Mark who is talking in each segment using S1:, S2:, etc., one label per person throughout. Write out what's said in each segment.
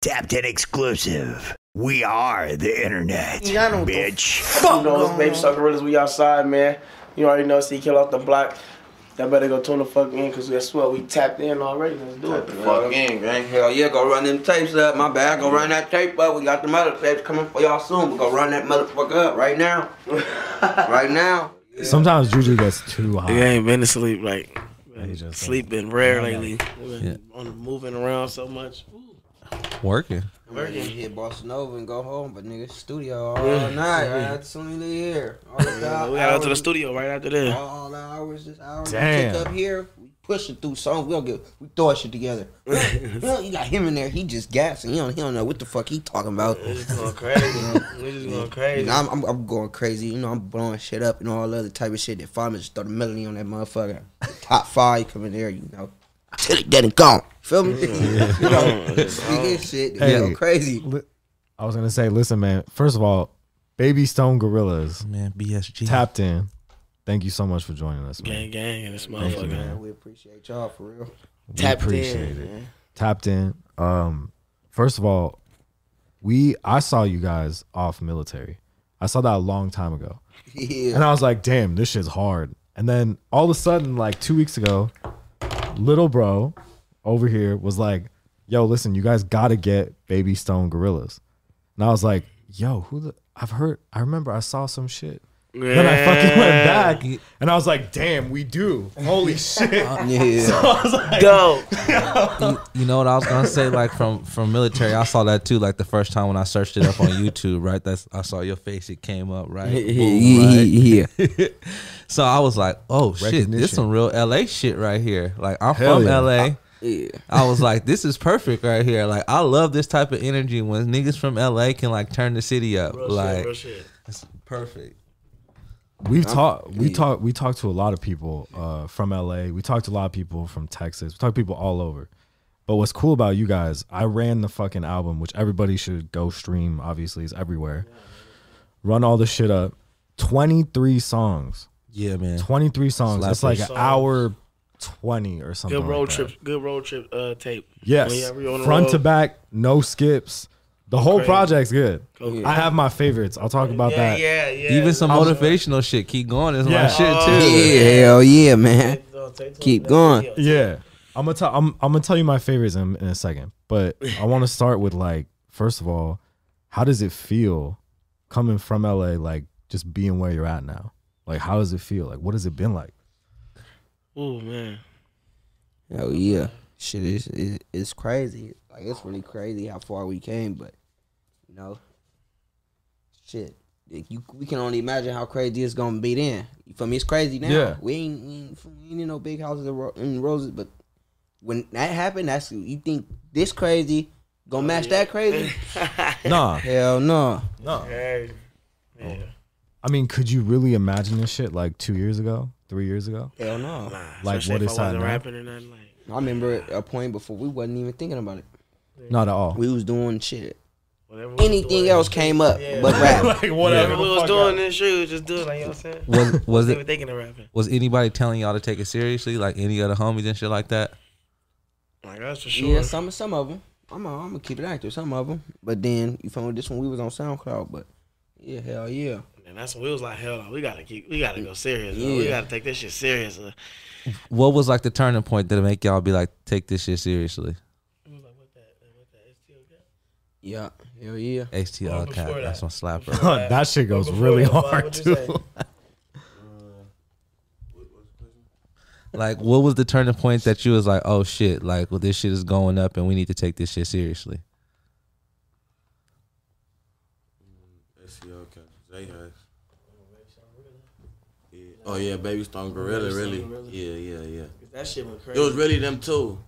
S1: Tapped in exclusive. We are the internet,
S2: Yeah, I don't give a
S1: bitch.
S2: Fuck
S3: You know,
S2: no.
S3: it's Baby Shark Gorillas, we outside, man. You already know, see Kill off the block. Y'all better go tune the fuck in, because guess what? We tapped in already. Let's do it.
S4: Fuck in, gang. Hell yeah, go run them tapes up. My bad, go run that tape up. We got the mother tapes coming for y'all soon. We go run that motherfucker up right now. right now.
S5: Sometimes Juju gets too high.
S2: You ain't been to sleep like
S5: He just-
S2: sleeping rare lately. Been
S6: Yeah.
S2: on moving around so much. Ooh,
S6: Working.
S4: I'm ready to hit Boston over and go home, but nigga, studio all night. Right? That's soon as leave here. All the
S2: yeah,
S4: hours,
S2: we got out to the studio right after this.
S4: All the hours, this hour.
S5: Damn.
S4: Damn. Kick up here. We pushing through songs. We don't give. We throwing shit together. well, you got him in there. He just gassing. He don't. He don't know what the fuck he talking about.
S2: We just going crazy. we just going
S4: You
S2: crazy.
S4: know, I'm, I'm, I'm going crazy. You know, I'm blowing shit up and all other type of shit. If I'm just throw the melody on that motherfucker, top five, you come in there, you know, till it dead and gone. Feel me? you know, we get shit.
S5: Hey.
S4: Hey. go crazy.
S5: Li- I was gonna say, listen, man. First of all, Baby Stone Gorillas
S6: Man, BSG.
S5: tapped in. Thank you so much for joining us,
S2: Gang
S5: man.
S2: gang and this
S5: Thank you,
S2: motherfucker.
S5: man.
S4: Man, we appreciate y'all for real.
S5: We
S2: Tapped in,
S5: appreciate it.
S2: man.
S5: Tapped in. Um, first of all, we I saw you guys off military. I saw that a long time ago,
S4: Yeah.
S5: and I was like, damn, this shit's hard. And then all of a sudden, like two weeks ago, little bro over here was like, yo, listen, you guys gotta get Baby Stone Gorillas. And I was like, yo, who the? I've heard. I remember I saw some shit. Then I fucking went back and I was like, damn, we do. Holy shit.
S4: Yeah.
S5: I was like,
S2: Go.
S6: you, you know what I was gonna say? Like from from military, I saw that too. Like the first time when I searched it up on YouTube, right? That's I saw your face. It came up, right? Boom, right?
S4: yeah.
S6: So I was like, oh shit,
S5: Recognition.
S6: this some real LA shit right here. Like I'm
S5: Hell
S6: from
S5: yeah.
S6: LA.
S4: yeah.
S6: I was like, this is perfect right here. Like I love this type of energy when niggas from LA can like turn the city up.
S2: Real shit,
S6: like
S5: oh
S2: real shit.
S6: it's perfect.
S5: We've talked we talked we talked to a lot of people uh, from LA. We talked to a lot of people from Texas. We talked to people all over. But what's cool about you guys, I ran the fucking album, which everybody should go stream, obviously, it's everywhere. Run all the shit up. 23 songs.
S6: Yeah, man.
S5: 23 songs.
S6: Slap
S5: It's like
S6: your
S5: an hour 20 or something.
S2: Good
S5: like
S2: road
S5: that.
S2: trip. Good road trip uh, tape. When
S5: Yes.
S2: y'all be on the
S5: Front to
S2: road,
S5: back, no skips. The whole
S2: crazy.
S5: project's good.
S2: Go
S5: I have my favorites. I'll talk about
S2: Yeah,
S5: that.
S2: yeah, yeah.
S6: Even some
S5: I was-
S6: motivational shit. Keep going. It's
S5: Yeah.
S6: my shit
S2: Oh,
S6: too.
S4: Hell yeah, man. Keep going.
S5: Yeah. I'm gonna tell I'm, I'm gonna tell you my favorites in, in a second, but I want to start with like first of all, how does it feel coming from LA like just being where you're at now? Like how does it feel? Like what has it been like?
S2: Ooh man.
S4: Oh yeah, shit is is it's crazy. Like it's really crazy how far we came, but you know, shit. Like, you, we can only imagine how crazy it's gonna be then. You feel me? It's crazy now.
S5: Yeah.
S4: We ain't we ain't, we ain't in no big houses and ro- and roses, but when that happened, that's you think this crazy gonna match that crazy?
S5: Nah,
S4: Hell no.
S5: no.
S2: Hey. Yeah.
S5: I mean, could you really imagine this shit like two years ago, three years ago?
S4: Hell no.
S5: Like,
S2: Especially
S5: what
S2: if
S5: is
S2: I
S5: that
S2: wasn't
S5: now?
S2: rapping or nothing like
S4: I remember a point before we wasn't even thinking about it.
S5: Not at all.
S4: We was doing shit.
S2: whatever we
S4: Anything
S2: doing.
S4: else came up
S2: Yeah.
S4: but rap.
S5: like
S2: Whatever we was doing this shit, we was just do it like you know what I'm saying.
S6: Was was
S2: They
S6: it
S2: were thinking of rapping.
S6: was anybody telling y'all to take it seriously? Like any other homies and shit like that?
S2: Like that's for
S4: Yeah,
S2: sure.
S4: some some of them. I'm i I'm gonna keep it active. Some of them, but then you found this one we was on SoundCloud, but yeah, hell yeah,
S2: And that's when we was like, hell no, we gotta keep, we gotta go serious. bro. We
S4: Yeah.
S2: gotta take this shit serious. uh.
S6: What was like the turning point that make y'all be like, take this shit seriously?
S4: yeah, hell yeah.
S2: Well,
S6: HTL
S2: before
S6: cap.
S2: that.
S6: That's my slapper.
S5: that shit goes really
S2: Before that,
S5: hard
S2: what you
S5: too.
S2: say?
S6: like, what was the turning point that you was like, oh shit, like, well, this shit is going up and we need to take this shit seriously?
S7: SEO Captain J Hutch. Yeah. Oh yeah, Baby Stone Gorilla, really. Yeah, yeah, yeah.
S2: That shit went
S7: It
S2: crazy.
S7: was really them two.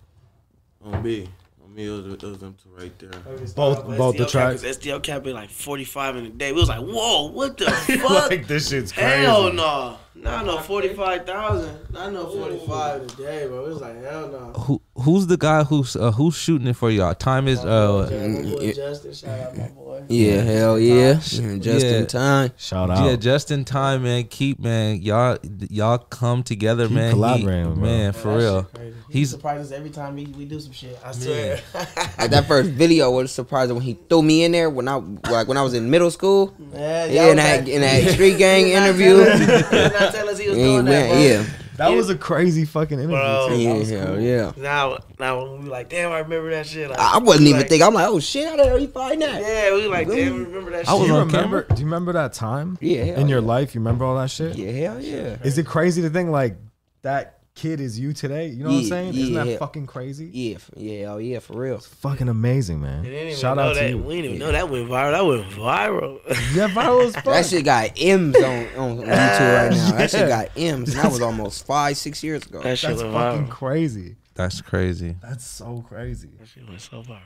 S7: On B. On me, it was, it was them two right there.
S5: Both both the
S2: STL cap,
S5: tracks.
S2: 'cause STL cap be like 45 in a day. We was like, whoa, what the fuck?
S5: like this shit's crazy.
S2: Hell no. No, no, 45,000. I know 45 in a day, bro. It was like, hell no.
S6: Who who's the guy who's uh, who's shooting it for y'all? Time is uh
S3: Yeah, my boy
S4: yeah.
S3: Justin, shout out my boy.
S4: Yeah, hell yeah. Yeah, Just
S6: Yeah.
S4: in time.
S5: Shout out.
S6: yeah, just in time, man. Keep man, y'all y'all come together,
S5: Keep
S6: man. He-
S5: collaborating, bro.
S3: That
S6: man, for
S3: shit
S6: real.
S3: crazy. He
S6: He's-
S3: surprises every time we, we do some shit. I swear.
S4: Like that first video was surprising when he threw me in there when I like when I was in middle school.
S3: yeah,
S4: Yeah,
S3: y'all
S4: in that
S3: was
S4: in
S3: like-
S4: that street gang
S3: He did not
S4: interview.
S3: tell us- he did not tell us he was
S4: Yeah,
S3: doing that. Oh, bro.
S4: yeah,
S5: That was a crazy fucking interview.
S2: Bro.
S5: too.
S4: yeah,
S5: That was
S4: hell
S5: cool.
S4: yeah.
S2: Now, now when we were like, damn, I remember that shit. Like,
S4: I I wasn't
S2: we
S4: even
S2: like-
S4: thinking. I'm like, oh shit, how the hell you find that?
S2: Yeah, we like,
S4: Really?
S2: damn, we remember that
S6: I
S2: shit.
S6: was
S5: do you
S6: on
S5: remember? Do you remember that time
S4: Yeah, hell
S5: in your
S4: yeah.
S5: life? You remember all that shit?
S4: Yeah, hell yeah.
S5: Is it crazy to think like that kid is you today? You know what I'm
S4: Yeah,
S5: saying? Isn't that
S4: yeah.
S5: fucking crazy?
S4: Yeah, f- yeah, oh yeah, for real.
S5: It's fucking amazing, man.
S2: We didn't even
S5: Shout
S2: know
S5: out
S2: that.
S5: to you.
S2: We didn't even know that went viral. That went viral.
S5: Yeah, viral as fuck.
S4: That shit got M's on, on YouTube right now. That
S5: Yeah.
S4: shit got M's, and that was almost five, six years ago.
S2: that shit
S5: That's
S2: went
S5: fucking
S2: viral.
S5: crazy.
S6: That's crazy.
S5: That's so crazy.
S2: That shit went so viral.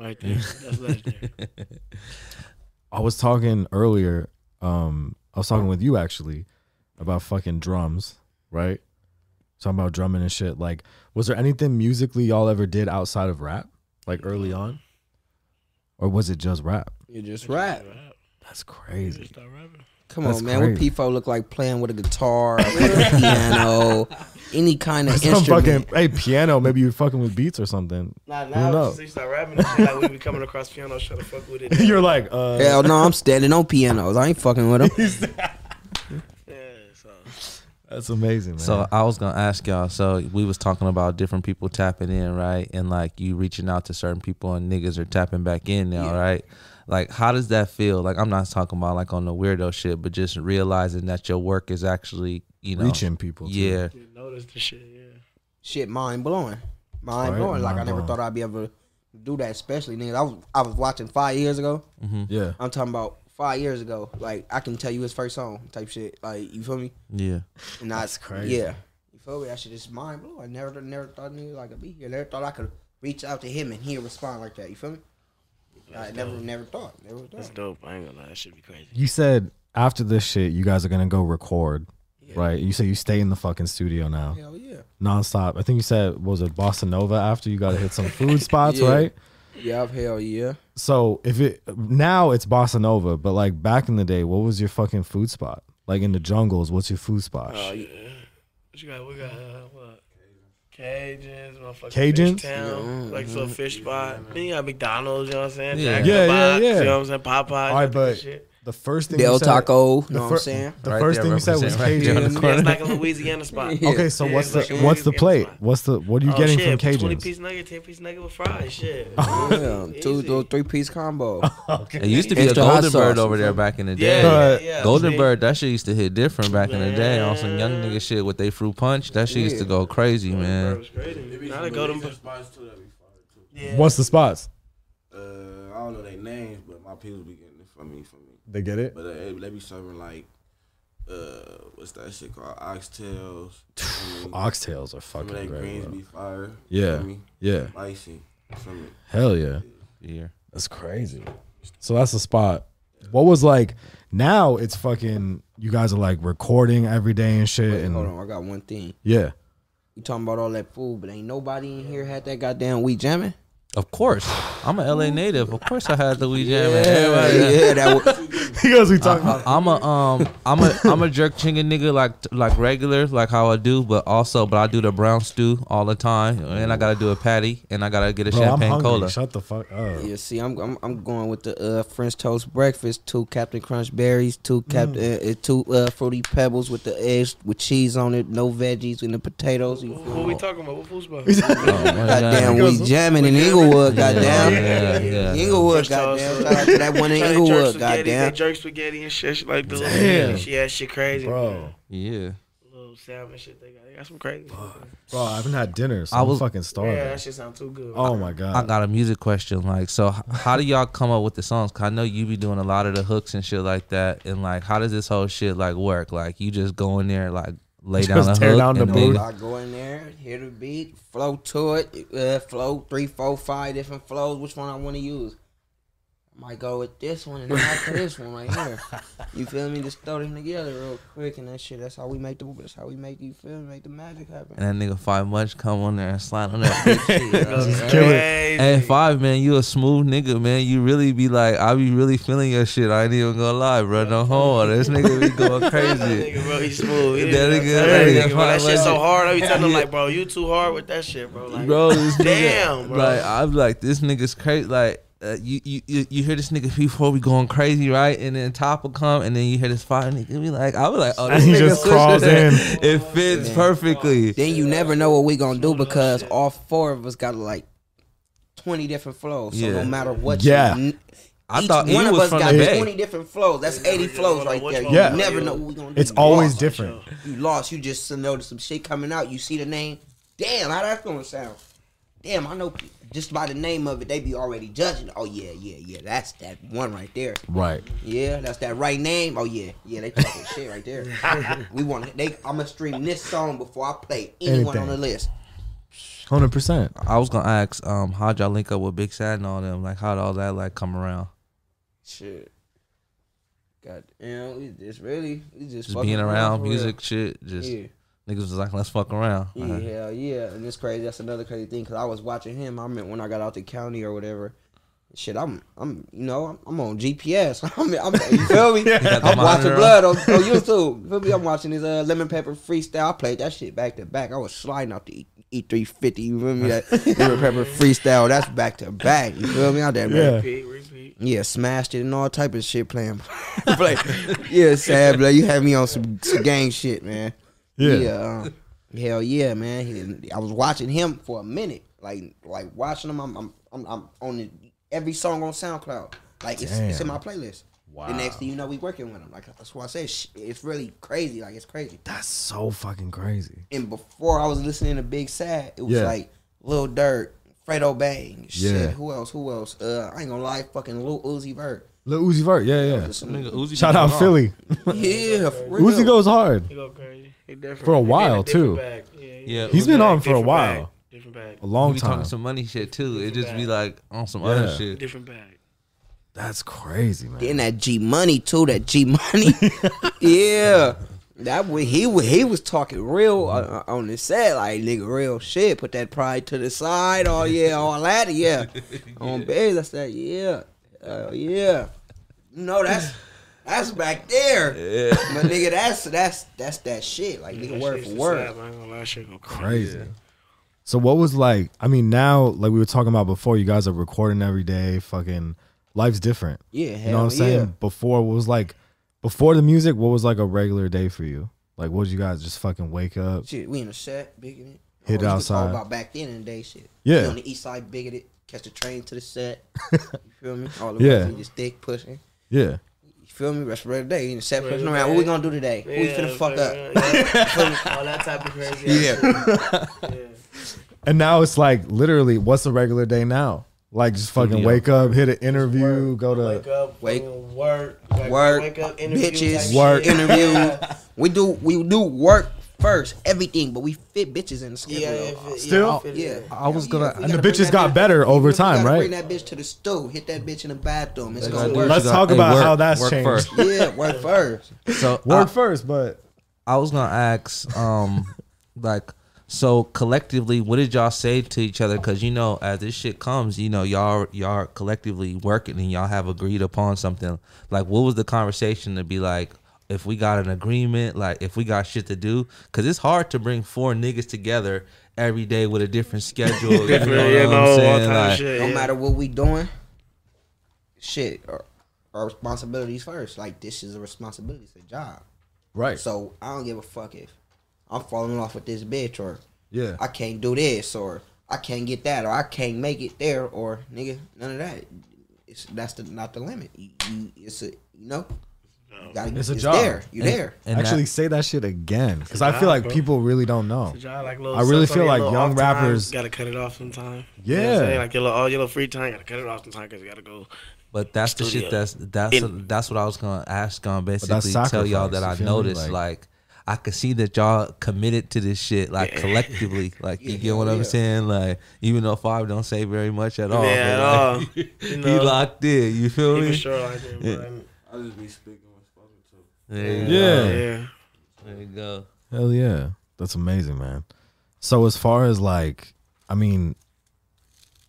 S2: Right there. That's legendary.
S5: I was talking earlier. Um, I was talking with you actually about fucking drums, right? Talking about drumming and shit. Like, was there anything musically y'all ever did outside of rap, like early on, or was it just rap?
S4: You just rap.
S5: That's crazy.
S2: Stop rapping.
S4: Come
S5: That's
S4: on, man. What
S5: crazy.
S4: P4 look like playing with a guitar, a fucking piano, any kind of
S5: Some
S4: instrument.
S5: fucking hey piano. Maybe you're fucking with beats or something.
S2: Nah,
S5: Who
S2: now
S5: knows?
S2: since you start rapping and shit, like we be coming across piano, trying to fuck with it.
S5: you're like, uh,
S4: Hell no, I'm standing on pianos. I ain't fucking with them.
S2: Yeah, so.
S5: that's amazing, man.
S6: So I was gonna ask y'all. So we was talking about different people tapping in, right? And like you reaching out to certain people, and niggas are tapping back in now, right? Like, how does that feel? Like, I'm not talking about like on the weirdo shit, but just realizing that your work is actually, you know,
S5: reaching people. too.
S6: Yeah,
S2: Didn't notice the shit, yeah.
S4: Shit, mind blowing. Mind
S5: Right,
S4: blowing. Like I
S5: mind
S4: never
S5: blowing.
S4: thought I'd be able to do that, especially nigga. I was I was watching five years ago.
S5: yeah.
S4: I'm talking about five years ago. Like I can tell you his first song type shit. Like you feel me?
S6: yeah.
S4: And that's
S5: crazy.
S4: Yeah. You feel me? That shit is mind blowing. I never never thought nigga like could be here. Never thought I could reach out to him and he'll respond like that. You feel me? I never never thought. Never
S2: That's
S4: thought.
S2: dope. I ain't gonna lie, that should be crazy.
S5: You said after this shit, you guys are gonna go record, right? You say you stay in the fucking studio now.
S4: Hell yeah.
S5: nonstop. I think you said what was it Bossa Nova after you got to hit some food spots,
S4: Yeah.
S5: right?
S4: Yeah, hell yeah.
S5: So if it now it's Bossa Nova, but like back in the day, what was your fucking food spot? Like in the jungles, what's your food spot?
S2: What you got? We got uh, what? Cajuns, motherfucking
S5: Cajuns?
S2: Fish Town, like so fish spot. Then you got McDonald's, you know what I'm saying?
S6: Yeah.
S2: Jack in
S5: Yeah,
S2: the
S5: yeah,
S2: box,
S5: yeah.
S2: You know what I'm saying? Popeyes,
S5: All right,
S2: that
S5: but
S2: shit.
S5: the first thing you
S4: Del
S5: said,
S4: Taco, you
S5: the
S4: know what
S5: fir-
S4: I'm saying?
S5: The
S6: Right
S5: first
S6: there,
S5: thing you said was
S6: represent right there on the
S5: Cajun.
S6: corner.
S2: Yeah, it's like a Louisiana spot.
S5: Okay, so
S2: Yeah,
S5: what's
S2: it's
S5: the
S2: like a
S5: what's the
S2: Louisiana
S5: plate?
S2: spot. Oh,
S5: What's the what are you getting
S2: shit,
S5: from
S2: Twenty
S5: Cajuns? Oh,
S2: piece nugget, ten piece nugget with fries, shit.
S4: Yeah, two,
S2: Easy.
S4: two, three piece combo.
S6: It used to be
S4: Extra
S6: a
S4: hot
S6: Golden Bird
S4: sauce.
S6: over there back in the day.
S2: Yeah,
S5: Uh,
S2: yeah,
S6: Golden
S2: see?
S6: Bird, that shit used to hit different back in the day on some young nigga shit with they fruit punch. That shit used to go crazy,
S2: Bird
S6: man.
S2: was crazy. Now the Golden Bird.
S7: spots too that be fire too.
S2: Yeah.
S5: What's the spots?
S7: Uh, I don't know their names, but my people be getting it from me, from me.
S5: They get it.
S7: But uh, they, they be serving like, uh, what's that shit called? Oxtails. I mean,
S5: Oxtails are
S7: some of
S5: fucking
S7: that
S5: great.
S7: greens
S5: bro.
S7: be fire. you
S5: Yeah.
S7: feel me?
S5: Yeah,
S7: Spicy. you feel me?
S5: hell yeah.
S6: Yeah.
S5: That's crazy. So that's the spot. What was like? Now it's fucking. You guys are like recording every day and shit,
S4: Wait,
S5: and
S4: hold on, I got one thing.
S5: yeah,
S4: You talking about all that food, but ain't nobody in here had that goddamn we jamming?
S6: Of course, I'm a LA native. Of course, I had the Wee Jam.
S4: Yeah,
S6: man. Everybody-
S4: yeah, that was,
S5: he goes. We talking
S6: I, am a um, I'm a I'm a jerk chicken nigga like like regular like how I do, but also but I do the brown stew all the time, and I gotta do a patty, and I gotta get a
S5: Bro, I'm
S6: champagne
S5: hungry.
S6: cola. Um,
S5: Shut the fuck up.
S4: yeah. See, I'm, I'm I'm going with the uh, French toast breakfast, two Captain Crunch berries, two Captain uh, uh, two uh, fruity pebbles with the eggs with cheese on it, no veggies and the potatoes. You
S2: What
S4: feel
S2: we
S4: me?
S2: talking about? What food spot?
S6: Oh, my God.
S4: Goddamn, we jamming in Inglewood, goddamn.
S6: yeah, yeah.
S4: Inglewood,
S2: French toast,
S4: goddamn.
S2: uh,
S4: Shout out to that one in
S2: Trying to jerk
S4: Inglewood,
S2: spaghetti,
S4: goddamn.
S2: They jerk spaghetti and shit, shit like the
S5: Damn.
S2: little, yeah, shit crazy,
S5: Bro,
S6: yeah.
S2: Little salmon shit they got. They got some crazy.
S5: bro, I haven't had dinner, so
S6: I
S5: I was
S6: was-
S5: am fucking starving.
S2: Yeah, that shit sound too good.
S5: oh my
S6: I
S5: god,
S6: got a music question. Like, so h- how do y'all come up with the songs? 'Cause I know you be doing a lot of the hooks and shit like that. And like, how does this whole shit like work? Like, you just go in there, like lay down
S5: Just
S6: a
S5: tear
S6: hook
S5: down the
S6: and
S5: booty.
S6: nigga-
S4: I go in there, hit a beat, flow to it, uh, flow three, four, five different flows. Which one I want to use? I'm might go with this one and not for this one right here. You feel me? Just throw them together real quick and that shit. That's how we make the. That's how we make you feel. me? Make the magic happen.
S6: And that nigga five much come on there and slide on that bitch.
S2: That's
S5: kill
S2: crazy.
S5: it.
S6: Hey five man, you a smooth nigga, man. You really be like, I be really feeling your shit. I ain't even gonna lie, bro. No homo. This nigga be going
S2: That
S6: crazy.
S2: nigga, bro, he smooth. He
S6: That
S2: didn't-
S6: nigga-
S2: that,
S6: that
S2: nigga,
S6: nigga
S2: bro, that
S6: fine
S2: shit so
S6: legend.
S2: hard. I be telling him like, bro, you too hard with that shit, bro. Like,
S6: Bro, this nigga,
S2: Damn, bro.
S6: Like I'm like, this nigga's crazy. Like uh, you, you you you hear this nigga before we going crazy, right? And then top will come, and then you hear this five nigga be like, I was like, oh,
S5: And
S6: this
S5: he
S6: nigga
S5: just crawls in.
S6: It fits perfectly.
S4: Then you never know what we gonna do because all four of us got like twenty different flows. So
S6: Yeah.
S4: no matter what,
S5: Yeah.
S4: You,
S6: I
S4: each
S6: thought
S4: one
S6: he
S4: of
S6: was
S4: us
S6: from
S4: got
S6: the Bay.
S4: twenty different flows. That's eighty flows right there. You
S5: Yeah.
S4: never know what we gonna do.
S5: It's
S4: You
S5: always
S4: lost.
S5: different.
S4: You lost. You just noticed some shit coming out. You see the name. Damn, how that's gonna sound. Damn, I know. pe- Just by the name of it, they be already judging. Oh yeah, yeah, yeah. That's that one right there.
S5: Right.
S4: Yeah, that's that right name. Oh yeah, yeah. They talking shit right there. we want to. They. I'm gonna stream this song before I play anyone
S5: Anything.
S4: on the list.
S5: Hundred percent.
S6: I was gonna ask, um, how'd y'all link up with Big Sad and all them? Like, how'd all that like come around?
S4: Shit. God damn, we just really, we just,
S6: Just
S4: fucking
S6: being around
S4: for real.
S6: music, shit. Just
S4: Yeah.
S6: niggas was like, let's fuck around.
S4: Yeah,
S6: Uh,
S4: hell yeah. And it's crazy. That's another crazy thing because I was watching him. I mean, when I got out the county or whatever, shit, I'm, I'm, you know, I'm, I'm on GPS. I'm, I'm, you feel me?
S6: got the
S4: I'm watching
S6: monitor
S4: blood on, on YouTube. You feel me? I'm watching his uh, lemon pepper freestyle. I played that shit back to back. I was sliding out the E- E350. You feel me? That lemon pepper freestyle. That's back to back. You feel me? Out there, man.
S5: Yeah.
S2: Repeat, repeat.
S4: Yeah, smashed it and all type of shit playing. Play. yeah, sad, blood. You had me on some, some gang shit, man.
S5: Yeah.
S4: Yeah. um, hell yeah, man. He- I was watching him for a minute, like like watching him. I'm I'm I'm, I'm on the, every song on SoundCloud. Like it's, it's in my
S5: Damn.
S4: playlist.
S5: Wow.
S4: The next thing you know, we working with him. Like that's why I said sh- it's really crazy. Like it's crazy.
S5: That's so fucking crazy.
S4: And before I was listening to Big Sad, it was
S5: Yeah.
S4: like Lil Durk, Fredo Bang, shit.
S5: Yeah.
S4: Who else? Who else? Uh, I ain't gonna lie, fucking Lil Uzi Vert.
S5: Lil Uzi Vert. Yeah, yeah.
S4: Just some-
S6: nigga, Uzi
S5: Shout
S6: be
S5: out
S6: going
S5: Philly.
S4: Yeah, for real.
S5: Uzi goes hard.
S2: He go crazy. He different.
S5: For a
S2: He in
S5: while,
S2: different
S5: too.
S2: bag. Yeah,
S6: Yeah,
S5: He's
S6: Uzi
S5: been
S2: Different
S5: on
S2: bag,
S5: for a
S2: different bag,
S5: while,
S2: Different bag.
S5: a
S6: on.
S5: long
S6: We be talking
S5: time.
S6: some money shit too. It just be like on some
S5: Yeah.
S6: other shit.
S2: Different bag.
S5: That's crazy, man.
S4: Then that G Money too. That G Money. yeah. That wa- he wa- he was talking real uh, uh, on the set, like nigga, real shit. Put that pride to the side. Oh yeah, all that. Yeah, on base. That's that. Yeah, uh, yeah. No, that's that's back there. But nigga, that's that's that's that shit. Like nigga,
S2: That shit
S4: word
S2: used
S4: for
S2: to
S4: word.
S2: slap. I ain't gonna lie, shit go crazy.
S5: Crazy. So what was like? I mean, now like we were talking about before, you guys are recording every day. Fucking life's different.
S4: Yeah,
S5: You know what I'm
S4: hell
S5: saying?
S4: yeah.
S5: Before what was like before the music, what was like a regular day for you? Like what did you guys just fucking wake up?
S4: Shit, we in the shack, bigoted.
S5: Hit
S4: you could
S5: outside.
S4: Talk about back then and day shit.
S5: Yeah.
S4: We on the east side, bigoted. Catch the train to the set. you feel me? All the
S5: Yeah.
S4: way just thick pushing.
S5: Yeah.
S4: You feel me? Rest of the day. You in the set
S2: Regular
S4: pushing around. What
S2: day.
S4: we gonna do today? Who we finna fuck up?
S2: up. All that type of crazy. Yeah.
S5: And now it's like literally, what's a regular day now? Like just fucking
S6: Studio.
S5: wake up, hit an interview, go
S2: Wake
S5: to
S2: up, wake,
S4: Wake-
S2: work, like,
S4: Work,
S2: wake up, interview
S4: bitches,
S2: type
S5: Work.
S2: shit.
S4: interview. we do we do work first, everything, but we fit bitches in the schedule.
S2: Yeah, if it-
S5: Still?
S2: yeah, if it-
S4: Yeah,
S5: I was
S4: Yeah,
S5: gonna-
S4: if we
S5: and the
S4: gotta bring
S5: bitches
S4: that
S5: got
S4: bitch-
S5: better
S4: if we
S5: over
S4: gotta
S5: time, right?
S4: Bring that bitch to the stool. Hit that bitch in the bathroom. It's gonna work.
S5: Let's
S6: Hey,
S5: talk about how that's
S6: work
S5: changed.
S6: First.
S4: yeah, work first.
S6: So
S5: work
S6: I-
S5: first, but
S6: I was gonna ask, um, like, so collectively, what did y'all say to each other? Because you know, as this shit comes, you know, y'all y'all are collectively working and y'all have agreed upon something. Like, what was the conversation to be like? If we got an agreement, like if we got shit to do, because it's hard to bring four niggas together every day with a different schedule. you
S2: Different,
S6: know
S2: you
S6: what
S2: know,
S6: I'm
S2: all
S6: saying?
S2: type of
S6: Like,
S2: shit.
S4: no
S2: yeah.
S4: matter what we doing, shit, our, our responsibilities first. Like this is a responsibility, it's a job.
S5: right.
S4: So I don't give a fuck if I'm falling off with this bitch or
S5: yeah.
S4: I can't do this or I can't get that or I can't make it there or nigga none of that. It's that's the not the limit. You, you it's a you know. You gotta,
S5: It's a job.
S4: there. You
S6: And-
S4: there.
S6: and
S5: Actually,
S6: that-
S5: say that shit again, because I feel like people really don't know.
S2: Y'all like little
S5: I really
S2: stuff on
S5: feel
S2: your
S5: like
S2: little
S5: young
S2: off time,
S5: rappers-
S2: gotta cut it off sometime. you
S5: Yeah.
S2: know what I'm saying? like your little all your little free time, gotta cut it off sometime because you gotta go.
S6: But that's the shit
S2: Studio.
S6: that's that's that's what I was gonna ask on basically tell y'all
S5: sacrifice,
S6: that
S5: you
S6: I
S5: feel me?
S6: noticed
S5: Like-
S6: like, I could see that y'all committed to this shit like collectively. Like you get what I'm saying? Like even though Five don't say very much at
S5: Oh,
S6: all,
S2: Yeah,
S6: but,
S2: at
S6: like,
S2: You
S6: he
S2: know,
S6: locked in. You feel
S2: he
S6: me?
S2: for sure like that,
S6: Yeah.
S2: bro. And-
S7: I just be speaking with spoken to.
S6: There you
S5: Yeah.
S6: go.
S2: Yeah.
S6: There you go.
S5: Hell yeah. That's amazing, man. So as far as like, I mean,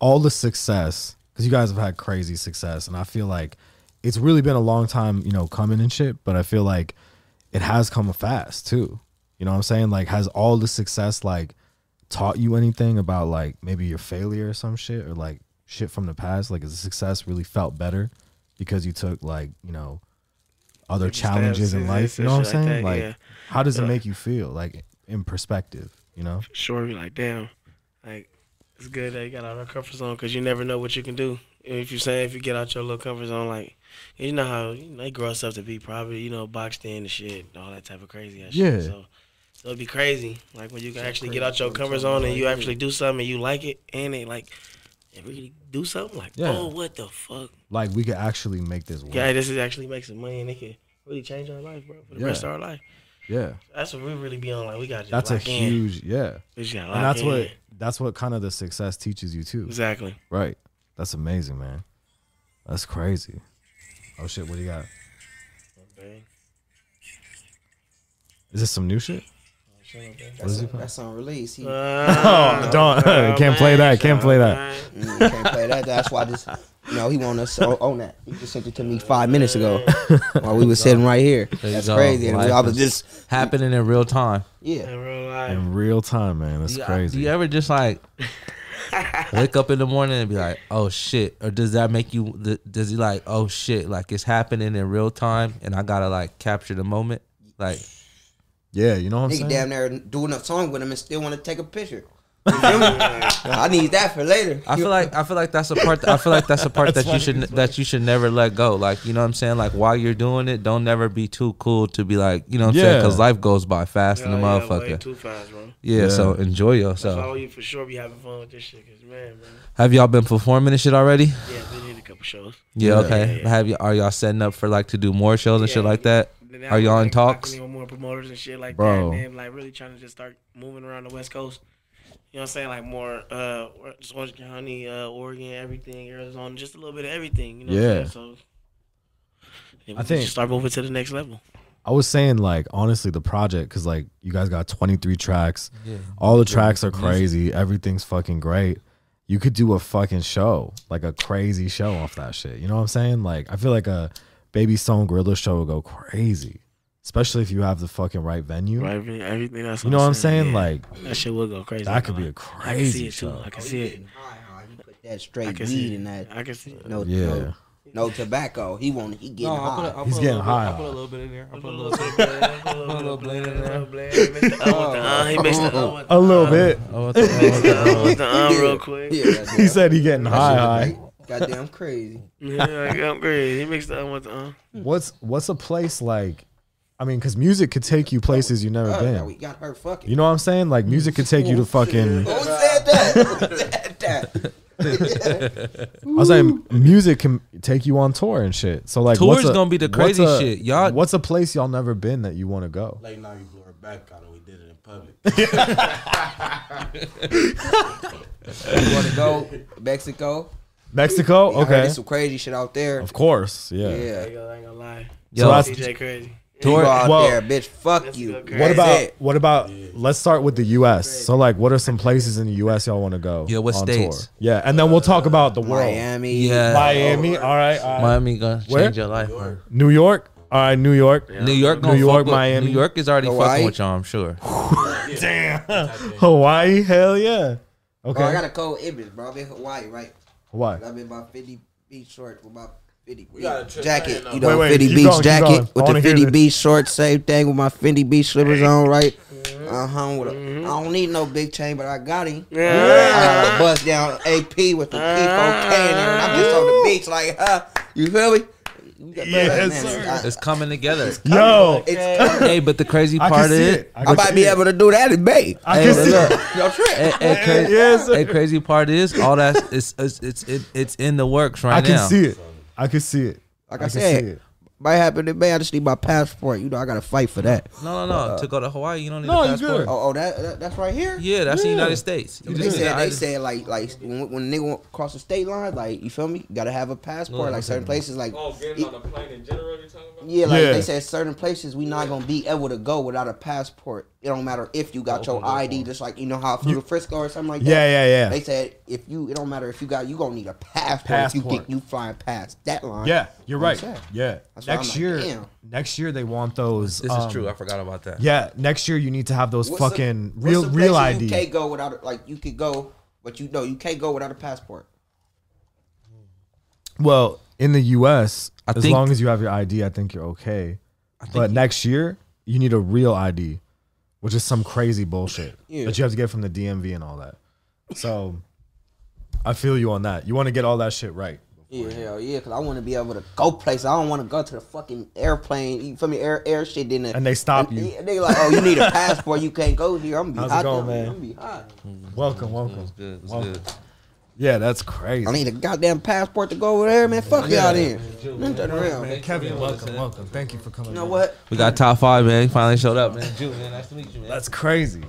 S5: all the success, because you guys have had crazy success, and I feel like it's really been a long time, you know, coming and shit, but I feel like it has come fast too. You know what I'm saying? Like, has all the success like taught you anything about like maybe your failure or some shit or like shit from the past? Like, has the success really felt better because you took like, you know, other
S2: Baby steps,
S5: challenges in
S2: yeah,
S5: life? You
S2: yeah,
S5: know what I'm
S2: shit like
S5: saying?
S2: that,
S5: Like,
S2: yeah.
S5: how does it
S2: Yeah.
S5: make you feel? Like in perspective, you know?
S2: sure be like, damn, like it's good that you got out of your comfort zone because you never know what you can do. If you saying if you get out your little comfort zone, like you know how you know, they grow us up to be probably you know boxed in and shit, all that type of crazy ass
S5: Yeah.
S2: shit. So, so it'd be crazy, like when you can actually get out your comfort zone and you actually do something and you like it, and they like and really do something like,
S5: Yeah.
S2: oh, what the fuck?
S5: Like we could actually make this work.
S2: Yeah,
S5: Yeah.
S2: this is actually make some money and it can really change our life, bro, for the
S5: Yeah.
S2: rest of our life. That's what we really be on. Like we got to
S5: That's a
S2: lock in.
S5: huge yeah.
S2: We just gotta
S5: And
S2: lock
S5: that's what
S2: in.
S5: that's what kind of the success teaches you too.
S2: exactly.
S5: Right. That's amazing, man. That's crazy. Oh shit, what do you got?
S2: Okay.
S5: Is this some new shit?
S4: That's, that's on release. He
S2: Oh,
S5: don't- can't play that, can't play that.
S4: mm, can't play that. That's why I just. You know, he want us to own that. He just sent it to me five minutes ago while we was sitting right here.
S6: There you
S4: That's
S6: go.
S4: crazy. And
S6: Life
S4: I was
S6: is
S4: just,
S6: happening in real time.
S4: yeah.
S2: In real life.
S5: In real time, man. That's
S6: Do you- uh,
S5: crazy.
S6: Do you ever just like wake up in the morning and be like, "Oh shit," or does that make you? th- Does he like, "Oh shit," like it's happening in real time, and I gotta like capture the moment? Like,
S5: yeah, you know what I'm
S4: Nigga
S5: saying?
S4: down there doing a song with him and still want to take a picture. You feel me? I need that for later.
S6: I feel like I feel like that's a part. I feel like that's a part that you should that you should never let go. Like you know what I'm saying. Like while you're doing it, don't never be too cool to be like you know what I'm saying
S5: Yeah.
S6: because life goes by fast in the
S2: Hell yeah, way
S6: motherfucker.
S2: Too fast, bro.
S6: yeah, so enjoy
S2: That's why
S6: yourself.
S2: we for sure be having fun with this shit, cause man, bro.
S6: Have y'all been performing and shit already?
S2: Yeah, been hit a couple shows.
S6: Yeah, okay.
S2: Yeah, yeah.
S6: Have you are y'all setting up for like to do more shows and shit
S2: Yeah.
S6: like that?
S2: Then
S6: Are y'all in
S2: like, locking
S6: talks?
S2: in with more promoters and shit like
S5: Bro.
S2: that, and then, like really trying to just start moving around the West Coast. You know what I'm saying? Like more uh just Orange County, uh, Oregon, everything, Arizona, just a little bit of everything. You know what
S5: Yeah.
S2: I'm saying? So I
S5: think-
S2: think start moving to the next level.
S5: I was saying like honestly the project because like you guys got 23 tracks. All the tracks are crazy. Everything's fucking great. You could do a fucking show, like a crazy show off that shit. You know what I'm saying? Like I feel like a Baby Stone Gorilla show will go crazy, especially if you have the fucking right venue.
S2: Right, everything. everything that's
S5: You know what I'm saying?
S2: yeah.
S5: Like
S2: that shit will go crazy.
S5: that could be a
S2: I can see
S5: crazy
S2: it too.
S5: show.
S2: I can see it.
S4: He put that
S2: I
S4: straight
S2: can
S4: weed
S2: see
S4: in
S2: it.
S4: that.
S2: I can see it.
S4: No,
S5: Yeah.
S4: no, no tobacco. He want he getting high.
S5: He's getting high. on it.
S6: little bit in there. I
S2: Put a little bit of blend, put a little bit of blend, put a little blend. He mixed the uh with the uh, he mixed the uh with the
S5: A little bit.
S2: uh, with the uh real quick.
S4: Yeah, goddamn.
S5: He said he getting high. high.
S4: Goddamn crazy.
S2: Yeah, like, I'm great. He mixed the uh with the uh.
S5: What's what's a place like? I mean, because music could take you places you've
S2: Uh,
S5: never
S4: Oh, now we
S5: been.
S4: got her fucking.
S5: You know what I'm saying? Like music could take you to
S4: Who
S5: fucking.
S4: said that? Who said that?
S5: I was saying music can take you on tour and shit. So like
S6: Tour's
S5: what's a-
S6: gonna be the
S5: what's
S6: crazy
S5: a-
S6: shit. Y'all-
S5: what's a place y'all never been that you want to go?
S7: Late night, you blew her back out, and we did it in public.
S4: You want to go Mexico?
S5: Mexico,
S4: I heard
S5: okay,
S4: there's some crazy shit out there.
S5: of course, yeah.
S2: I
S4: Yeah.
S2: ain't gonna I ain't gonna lie.
S6: Yo,
S5: that's-
S2: DJ crazy.
S4: You go out
S5: well-
S4: there, bitch. Fuck
S2: Let's
S4: you.
S2: go
S4: That's
S2: crazy.
S5: What about
S4: it.
S5: what about? Let's start with the U.S. So like, what are some places in the U.S. y'all want to go?
S6: Yeah, what
S5: on
S6: states?
S5: Yeah, and then we'll talk about the world.
S4: Miami?
S6: Yeah.
S5: Miami, all right, all right.
S6: Miami gonna change
S5: Where?
S6: your life. Man.
S5: New York, all right, New York.
S6: New York, gonna
S5: New
S6: fuck
S5: York,
S6: with-
S5: Miami.
S6: New York is already
S4: Hawaii.
S6: fucking with y'all. I'm sure.
S5: Hawaii, hell yeah.
S4: Bro, I
S5: Okay,
S4: got a cold image, bro. I'm in Hawaii, right?
S5: Hawaii.
S4: I'm in my 50 beach shorts with my 50
S7: got a trip
S4: jacket.
S7: planned, though.
S4: You know,
S5: Wait, wait,
S4: 50
S5: keep
S4: beach
S5: going, keep going.
S4: jacket
S5: I
S4: with
S5: wanna
S4: the
S5: hear
S4: 50
S5: this.
S4: beach shorts. Same thing with my 50 beach slippers on, right? Uh huh. With a, I don't need no big chain, but I got him. I got the bust down AP with the P4K in there, and I'm just on the beach like, huh? You feel me?
S5: Yes,
S4: sir.
S6: It's coming together.
S5: Yo,
S6: hey, but the crazy
S5: I can
S6: part
S5: see
S6: is,
S5: it. I
S4: I
S5: can
S4: might
S5: see
S4: be
S5: it.
S4: able to do that in May.
S5: I
S6: Hey,
S5: can see
S6: look.
S5: it.
S4: Your trip.
S6: hey, hey, cra-
S5: Yes, sir.
S6: hey, crazy part is, all that it's it's it's, it, it's in the works right
S5: I can
S6: now.
S5: see it. I can see it.
S4: Like I
S5: can
S4: said, might happen. It may. I just need my passport. You know, I gotta fight for that.
S6: No, no, no. to go to Hawaii, you don't need
S5: No,
S6: a
S5: you
S6: passport.
S5: good.
S4: Oh, oh, that, that that's right here.
S6: Yeah, that's
S5: Yeah.
S6: the United States. You
S4: They
S6: just-
S4: said
S6: I
S4: they
S6: just-
S4: said like like when, when they went across the state line, like you feel me, gotta have a passport.
S6: No,
S4: like certain places, like
S8: Oh, getting on a plane in general, you're talking about?
S4: yeah, like
S5: Yeah.
S4: they said certain places we not gonna be able to go without a passport. It don't matter if you got your ID, just like you know how if you
S5: You-
S4: to Frisco or something like that.
S5: Yeah, yeah, yeah.
S4: They said if you, it don't matter if you got, you gonna need a passport, if you
S5: Passport.
S4: get you flying past that line.
S5: Yeah, you're
S4: I'm
S5: right.
S4: saying.
S5: Yeah.
S4: That's why I'm
S5: next
S4: like,
S5: year,
S4: damn.
S5: next year they want those.
S6: This
S5: um,
S6: is true. I forgot about that.
S5: Yeah, next year you need to have those
S4: What's
S5: fucking
S4: the- what's
S5: real
S4: the
S5: real
S4: places
S5: ID.
S4: You can't go without a- like you could go, but you know you can't go without a passport.
S5: Well, in the U.S.,
S6: I
S5: as
S6: think-
S5: long as you have your ID, I think you're okay. but next year, you need a real ID, which is some crazy bullshit
S4: Yeah.
S5: that you have to get from the DMV and all that. So, I feel you on that. You want to get all that shit right.
S4: Yeah, hell yeah, because I want to be able to go places. I don't want to go to the fucking airplane. You feel me? Air, air shit. Then the-
S5: And they stop
S4: and-
S5: you.
S4: and They like, oh, you need a passport. You can't go here. I'm gonna be
S5: How's it
S4: hot.
S5: going,
S4: though.
S5: man?
S4: I'm gonna be hot.
S5: Welcome,
S6: It was
S5: welcome.
S6: good. It was
S5: Welcome.
S6: good.
S5: Yeah, that's crazy.
S4: I need a goddamn passport to go over there, man. Fuck y'all then. Then turn around.
S5: Man, Kevin, welcome, welcome. Thank you for coming.
S4: You know what?
S6: We got top five, man. Finally showed up, man. Jude, man, nice to meet you, man.
S5: That's crazy.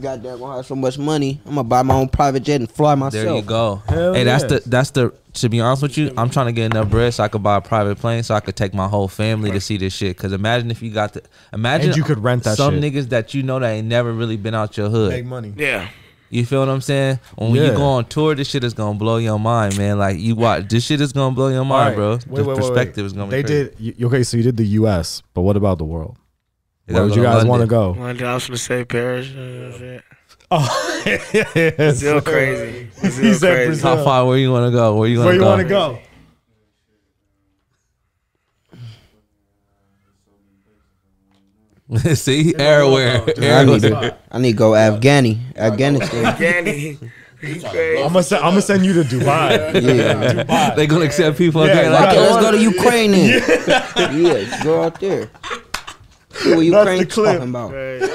S4: Goddamn, I have so much money. I'm gonna buy my own private jet and fly myself.
S6: There you go.
S5: Hell
S6: hey, that's
S5: yeah.
S6: the that's the. To be honest with you, I'm trying to get enough bread so I could buy a private plane so I could take my whole family to see this shit. Because imagine if you got the imagine
S5: And you could rent that
S6: some
S5: shit.
S6: niggas that you know that ain't never really been out your hood.
S5: Make money.
S2: Yeah.
S6: You feel what I'm saying? When you
S5: Yeah.
S6: go on tour, this shit is gonna blow your mind, man. Like you watch, this shit is gonna blow your
S5: Alright,
S6: mind, bro.
S5: wait,
S6: the
S5: wait, wait, wait.
S6: perspective is gonna.
S5: They
S6: Be crazy.
S5: did. you- Okay, so you did the U.S., but what about the world?
S6: They
S5: Where
S6: gotta
S5: would
S6: go
S5: you guys
S6: London.
S5: want to go?
S2: One day I was gonna say Paris. you know what I'm saying?
S5: Oh, yes.
S2: Still crazy.
S5: He
S2: Still
S5: said
S2: crazy.
S5: Brazil.
S6: Top five. Where you want to go? Where you want
S5: Where
S6: to
S5: you
S6: go?
S5: want to go?
S6: See, everywhere.
S4: I need
S6: everywhere.
S4: to. I need to go Afghani, Afghanistan.
S2: Danny.
S5: I'm gonna send. I'm gonna send you to Dubai.
S4: Yeah.
S5: Dubai.
S6: They gonna accept people
S5: Yeah,
S6: there.
S5: right.
S6: Like,
S4: Okay, let's go to Ukraine then. yeah, go out there. See what
S5: That's
S4: Ukraine
S5: the clip.
S4: talking about.
S7: it's, a,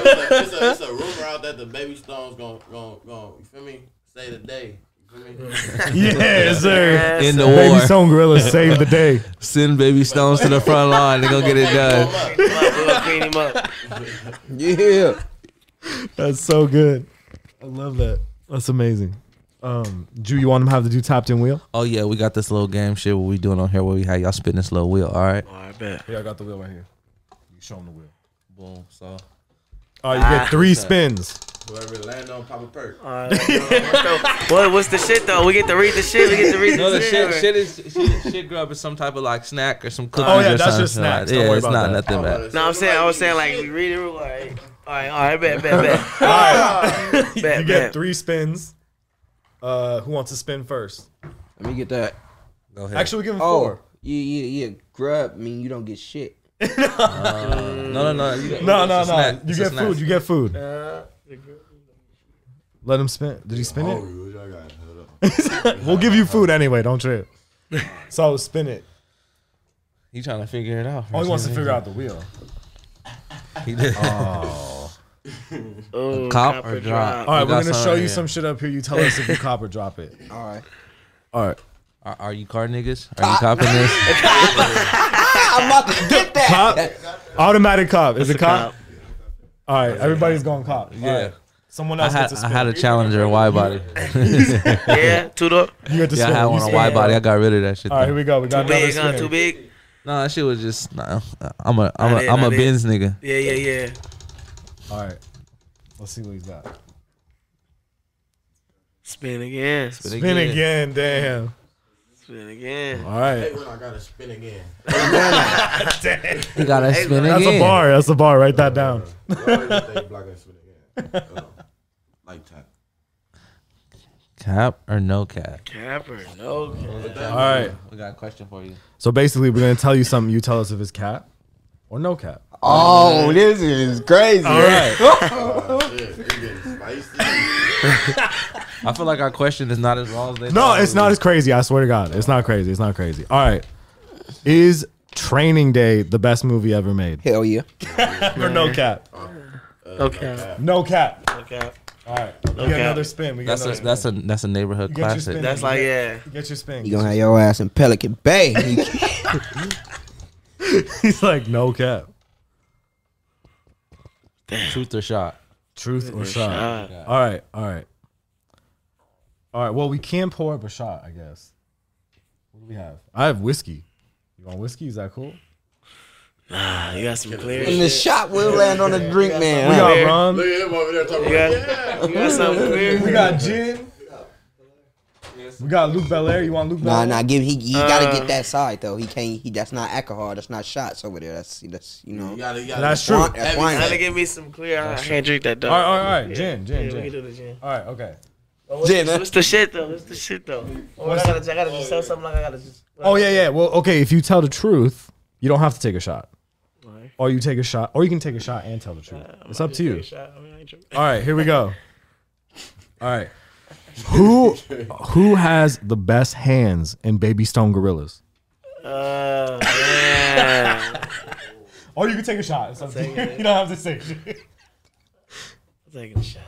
S7: it's a rumor out that the baby stone's gonna, gonna, gonna you feel me? Say the day. You feel me?
S5: yeah, sir.
S6: in the
S5: Baby
S6: war.
S5: Stone Gorilla saved the day.
S6: Send baby stones to the front line. They gonna get it done.
S2: Clean him up.
S4: Yeah.
S5: That's so good. I love that. That's amazing. Um, Drew, you want him to have to do top ten wheel?
S6: Oh yeah, we got this little game shit. What we doing on here? Where we had y'all spin this little wheel? All right.
S2: Oh, I bet.
S5: Yeah, I got the wheel right here. You show him the wheel.
S6: Boom. So
S5: Oh, you get three spins.
S7: Whoever land on Papa Perk.
S2: What? What's the shit though? We get to read the shit. We get to read
S6: no,
S2: the
S6: the shit,
S2: shit.
S6: shit is shit, shit grub is some type of like snack or some cookies.
S5: Oh, yeah,
S6: or
S5: that's
S6: something.
S5: just snacks. Don't
S6: Yeah,
S5: worry
S6: it's
S5: about
S6: not
S5: that. Uh,
S6: nothing bad.
S2: No, I'm saying. I was saying like we read it. We're like, all right, all right, bet, bet, bet. All right, bet,
S5: You get
S2: bet.
S5: three spins. Uh, who wants to spin first?
S4: Let me get that.
S6: Go ahead.
S5: Actually, we give him
S4: Oh,
S5: four.
S4: yeah, yeah, yeah. Grub mean you don't get shit.
S6: no, no, no. You get,
S5: No,
S6: it's
S5: no,
S6: a snack.
S5: no. You
S6: It's a
S5: get
S6: snack.
S5: food. You get food. Let him spin. Did he spin it? We'll give you food anyway. Don't trip. So spin it.
S6: You trying to figure it out?
S5: Oh, he wants to figure out Uh, the wheel.
S6: He did.
S2: Ooh,
S6: Cop
S2: copper
S6: or drop?
S5: All right,
S6: We got
S5: we're gonna
S6: some
S5: show
S6: right
S5: you
S6: here.
S5: some shit up here. You tell us if you cop or drop it.
S4: All right.
S5: All right,
S6: Are, are you car niggas? Are you copping this?
S4: I'm about to get that.
S5: cop, automatic cop. Is it
S2: a
S5: cop? All right, everybody's going cop. All
S6: Yeah.
S5: right. someone
S6: I
S5: else
S6: had,
S5: gets to
S6: I
S5: spin.
S6: had a Challenger, a wide body.
S2: Yeah, two door.
S5: you get to
S6: Yeah, I
S5: spin.
S6: had
S5: You
S6: one a
S5: spin.
S6: wide body. I got rid of that shit.
S5: All right,
S6: though.
S5: here we go. We got another
S2: Big, huh?
S5: spin.
S2: Too big.
S6: No, that shit was just. Nah, I'm a, I'm a,
S2: Not it,
S6: I'm a
S2: not it.
S6: Benz nigga.
S2: Yeah, yeah, yeah.
S5: All right, let's see what he's got.
S2: Spin again.
S5: Spin again, damn.
S2: Spin again.
S5: All right,
S7: When I gotta spin again.
S6: He got to spin
S5: that's
S6: again.
S5: a bar. That's a bar. Write that down.
S7: Why do you think black gotta spin again? Uh, Like that.
S6: Cap or no cap?
S2: Capper. No.
S5: All right.
S6: We got a question for you.
S5: So basically, we're gonna tell you something. You tell us if it's cap or no cap.
S4: Oh, this is crazy.
S5: All right.
S7: Shit, it's getting spicy.
S6: I feel like our question is not as wrong as they
S5: No,
S6: thought it
S5: it's
S6: was.
S5: not as crazy. I swear to God, it's not crazy. It's not crazy. All right. Is Training Day the best movie ever made?
S4: Hell yeah.
S5: Or no cap?
S2: Okay.
S5: No cap.
S2: Okay.
S5: All right. We get
S2: cap.
S5: another spin. We get
S6: That's a,
S5: another spin.
S6: that's a that's a neighborhood
S5: You get your
S6: classic.
S5: spin.
S2: That's like yeah.
S5: Get your spin.
S4: You gonna have your ass in Pelican Bay.
S5: He's like, no cap.
S6: Truth or shot?
S5: Truth or shot. All right, all right. All right, well, we can pour up a shot, I guess. What do we have? I have whiskey. You want whiskey? Is that cool?
S2: Nah, you got some clear
S4: And the
S2: shit.
S4: shot will land on the drink man.
S5: We
S4: huh?
S5: got
S2: Beer.
S5: rum.
S7: Look at him over there talking
S2: You got,
S7: about, yeah.
S2: you got something clear?
S5: We got gin. We got Luke Belair. You want Luke
S4: Nah,
S5: Belair?
S4: nah, give he, he gotta
S2: Uh,
S4: get that side though. He can't. He that's not alcohol. That's not shots over there. That's that's you know.
S7: You gotta, you gotta,
S5: That's true.
S4: wine-
S5: All
S4: that's
S7: Every
S4: wine.
S2: Gotta give me some clear. I can't drink that though.
S5: right, all right, all right. Gin,
S2: Yeah,
S5: gin,
S2: we can
S5: gin.
S2: do the gin.
S5: All right, okay.
S4: Gin, huh?
S2: What's the shit though? What's the shit though? Oh, I gotta, I gotta just tell something like I gotta just.
S5: Oh yeah, yeah. Well, okay. If you tell the truth, you don't have to take a shot.
S2: Alright.
S5: Or you take a shot, or you can take a shot and tell the truth. It's up to you.
S2: Shot. I mean, I ain't drink-
S5: All right, here we go. All right, who who has the best hands in Baby Stone Gorillas?
S2: Uh, yeah.
S5: Or Oh, you can take a shot. It's up to you. you don't have to say shit.
S2: Taking a shot.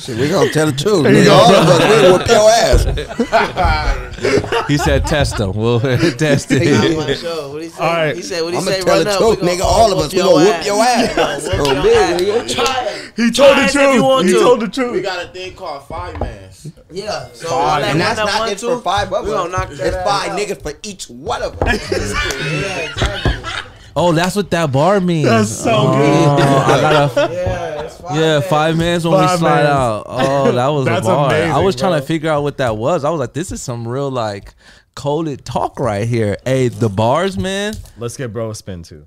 S4: Shit, we gonna tell the truth. Nigga, all of us, we'll whip your ass.
S6: He said test them. We'll test
S2: Not
S6: it.
S2: my show. What he say?
S5: All right.
S2: He said what he
S4: I'm
S2: say
S4: gonna tell
S2: right
S4: the
S2: now.
S4: truth,
S2: We gonna
S4: nigga. All of
S2: whoop
S4: us, we gonna whip your
S2: We
S4: ass.
S2: gonna
S4: Oh,
S2: whoop your ass.
S4: big, nigga.
S2: Try it.
S5: He told
S2: Try as if you want
S5: He
S2: to.
S5: told the
S7: we
S5: truth.
S7: got a thing called five mans.
S4: Yeah, so
S5: all that
S4: and that's
S2: one, that
S4: not
S2: one,
S4: it
S2: two,
S4: for five of
S2: we gonna knock
S4: us.
S2: that
S4: It's five
S2: out.
S4: niggas for each one of us.
S6: Oh, that's what that bar means.
S5: That's so
S6: oh,
S5: good.
S6: I gotta, yeah, five minutes when we
S5: Five
S6: slide
S5: mans.
S6: out. Oh, that was
S5: That's
S6: a bar. I
S5: amazing,
S6: was trying
S5: bro.
S6: to figure out what that was. I was like, this is some real like coded talk right here. Hey, the bars, man.
S5: Let's get bro a spin too.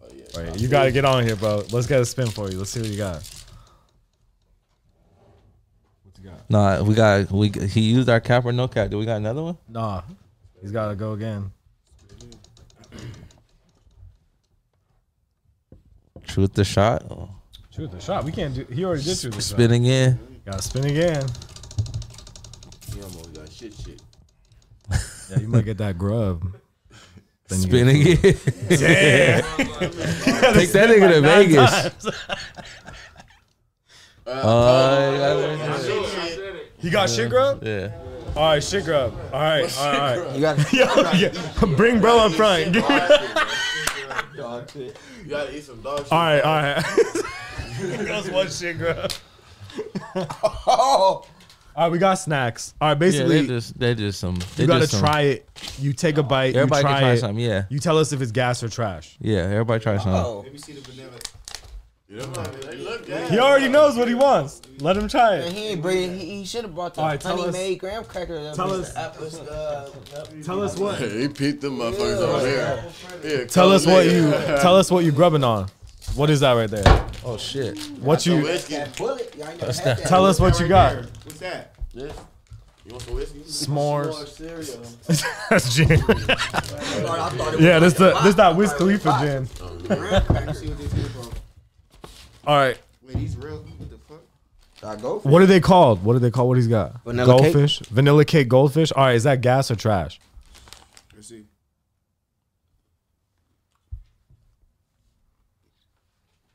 S2: Oh,
S5: All right, you gotta get on here, bro. Let's get a spin for you. Let's see what you got.
S6: Nah, we got we he used our cap or no cap. Do we got another one?
S5: Nah, he's gotta go again.
S6: Truth the shot. Oh.
S5: Shoot the shot. We can't do. He already did shoot the shot.
S6: Spinning in.
S5: Gotta spin again.
S7: He almost got shit shit.
S5: Yeah, you might get that grub. Then you get-
S6: Spinning in. Take that nigga to Vegas. Uh,
S7: Shit shit.
S5: You got shit grub?
S6: yeah.
S5: All right, shit grub. All right, all right. All right.
S4: You gotta
S5: Yo, yeah. Bring bro up front. Give me- all
S7: You gotta eat some dog shit.
S5: right, all right. Here goes one shit grub.
S4: oh,
S5: All right, we got snacks. All right,
S6: Yeah,
S5: basically,
S6: they just they just some. They
S5: you gotta
S6: just some-
S5: try it. You take a bite.
S6: Everybody
S5: you
S6: can
S5: try,
S6: try
S5: it.
S6: something. Yeah,
S5: You tell us if it's gas or trash.
S6: yeah. Everybody try something.
S4: oh.
S7: They look good.
S5: He already knows what he wants. Let him try
S4: And
S5: it.
S4: he ain't bring. He, he should have brought the
S5: All right, tell
S4: honey
S5: us-
S4: made graham cracker.
S5: tell us-
S4: uh,
S5: Tell us what.
S7: He peeped them motherfuckers over here. Yeah,
S5: Tell us what
S7: come
S5: you.
S7: here.
S5: Tell us what you grubbing on. What is that right there?
S6: Oh shit!
S5: What
S7: Some
S5: you?
S7: whiskey.
S4: bullet. Y'all ain't never had that.
S5: Tell us what you got.
S7: What's that? This. You want some whiskey?
S5: S'mores.
S7: cereal.
S5: That's gin.
S4: I thought- I thought it was
S5: Yeah,
S4: like
S5: this
S4: a
S5: the this that Wiz
S4: box.
S5: Khalifa gin.
S4: Graham cracker, see what they do, bro.
S5: All right.
S9: Wait, he's real? What the fuck?
S4: I go for
S5: What are they called? What do they call what he's got?
S4: Vanilla cake?
S5: goldfish. Vanilla cake goldfish. All right, is that gas or trash?
S9: Let's see.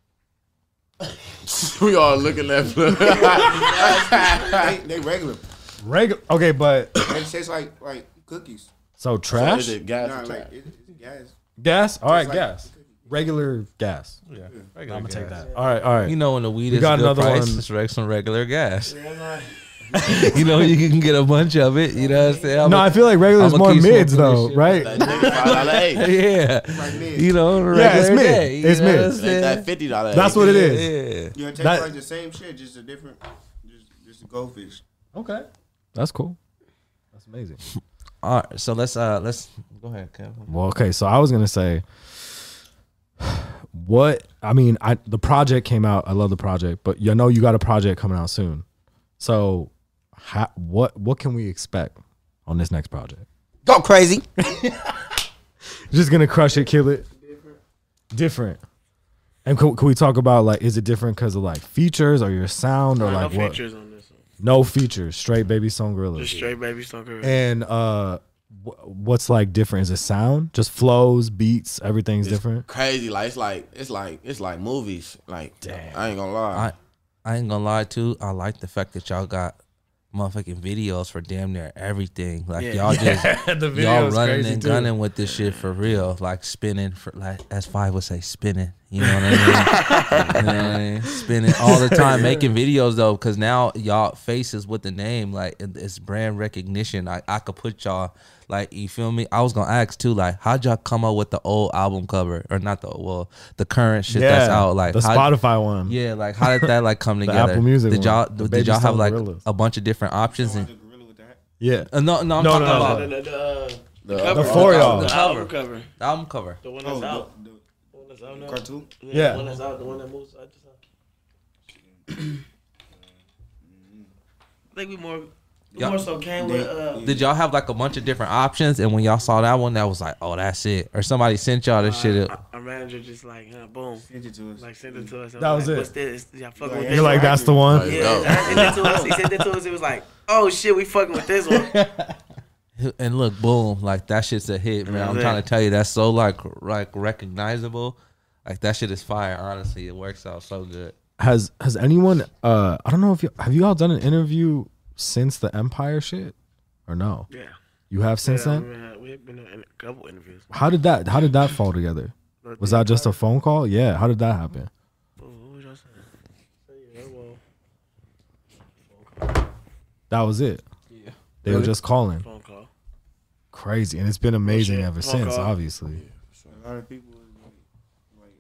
S7: we all looking at that.
S9: they, they regular.
S5: Regular. Okay, but
S9: They taste like like cookies.
S5: so trash,
S9: Nah, like it, it's gas.
S5: gas. All right,
S9: like-
S5: gas. Regular gas.
S6: Yeah,
S5: I'm gonna take that. All right, all right.
S6: You know when the weed
S5: We
S6: is
S5: got
S6: a good
S5: another
S6: price,
S5: one.
S6: it's reg- some regular gas. you know you can get a bunch of it. You know what I'm saying? I'm
S5: no, I
S6: a-
S5: feel like regular is
S6: I'ma
S5: more
S6: keep
S5: mids though,
S6: smoking this shit.
S5: right?
S7: $5.08.
S6: yeah.
S9: mid.
S6: You know, regular
S5: Yeah, it's mid.
S6: day, you
S5: It's
S6: know what
S5: mid.
S6: I'm
S5: Like
S6: saying?
S7: That fifty dollars.
S5: That's what it is.
S6: Yeah.
S9: You know, it tastes
S5: That-
S9: like the same shit, just a different, just just a goldfish.
S5: Okay, that's cool. That's amazing.
S6: All right, so let's uh let's go ahead, Kevin.
S5: Well, okay, so I was gonna say, what I mean, I the project came out. I love the project, but you know, you got a project coming out soon. So, ha, what what can we expect on this next project?
S4: Go crazy.
S5: Just gonna crush it, kill it. Different. And can, can we talk about like, is it different because of like features or your sound or
S2: Nah,
S5: like
S2: Uh, no
S5: what?
S2: features on this one.
S5: No features, straight baby song gorillas.
S2: Just straight baby stalker.
S5: And uh, wh- what's like different? Is it sound? Just flows, beats, everything's different.
S7: Crazy, like it's like it's like it's like movies. Like I ain't gonna
S6: I
S7: lie.
S6: I ain't gonna lie too. I like the fact that y'all got motherfucking videos for damn near everything. Like
S2: Yeah.
S6: y'all just
S10: the
S6: y'all
S10: video is
S6: running
S10: crazy
S6: and
S10: too.
S6: gunning with this shit for real, like spinning for like as five would say, spinning. You know what I mean? you know what I mean? Spinning all the time, making videos though, because now y'all faces with the name, like it- it's brand recognition. I I could put y'all like you feel me. I was gonna ask too, like how'd y'all come up with the old album cover or not the well the current shit that's out, like
S5: the
S6: how-
S5: Spotify one.
S6: Yeah, like how did that like come together?
S5: Apple Music
S6: Did y'all
S5: one. The
S6: did
S5: Baby
S6: y'all have
S5: Stone
S6: like
S5: Gorillas.
S6: a bunch of different options? And,
S5: yeah.
S6: uh, no, no, I'm
S5: No,
S6: talking
S5: no, no,
S6: about
S2: The, the, the, uh,
S7: The,
S2: cover.
S5: the four y'all.
S2: The
S6: The
S2: album
S6: album.
S2: cover.
S6: the album cover.
S2: The one that's
S9: Oh,
S2: out. Oh,
S9: the, the
S2: The one that's out now.
S9: cartoon.
S5: Yeah.
S2: The one that's out. The one that moves. I just. I think we more. We
S6: Yeah.
S2: more so came with. Uh,
S6: Did y'all have like a bunch of different options? And when y'all saw that one, that was like, oh, that's it. Or somebody sent y'all this shit. Up.
S2: Our manager just like, huh, boom,
S9: Send it to us.
S2: like sent it to us.
S5: That was
S2: like,
S5: it.
S2: What's this? Y'all fucking with
S9: You're
S2: this?
S5: You're like, that's the one.
S7: Like,
S2: yeah,
S7: no.
S2: I sent it to us. He sent it to us. It was like, oh shit, we fucking with this one.
S6: And look, boom, like that shit's a hit, man. I'm
S2: Yeah.
S6: trying to tell you, that's so like like recognizable. Like that shit is fire. Honestly, it works out so good.
S5: Has has anyone uh I don't know if you have you all done an interview since the Empire shit? Or no?
S2: Yeah.
S5: You have since
S2: yeah,
S5: then?
S2: we've been in a couple interviews.
S5: How did that how did that fall together? Was that just a phone call? Yeah, how did that happen?
S2: What was y'all saying? Yeah, well,
S5: That was it.
S4: Yeah.
S5: They were just calling.
S2: phone call.
S5: Crazy. And it's been amazing
S2: shit.
S5: ever
S2: Phone
S5: since,
S2: call.
S5: obviously.
S9: A lot of people was like, like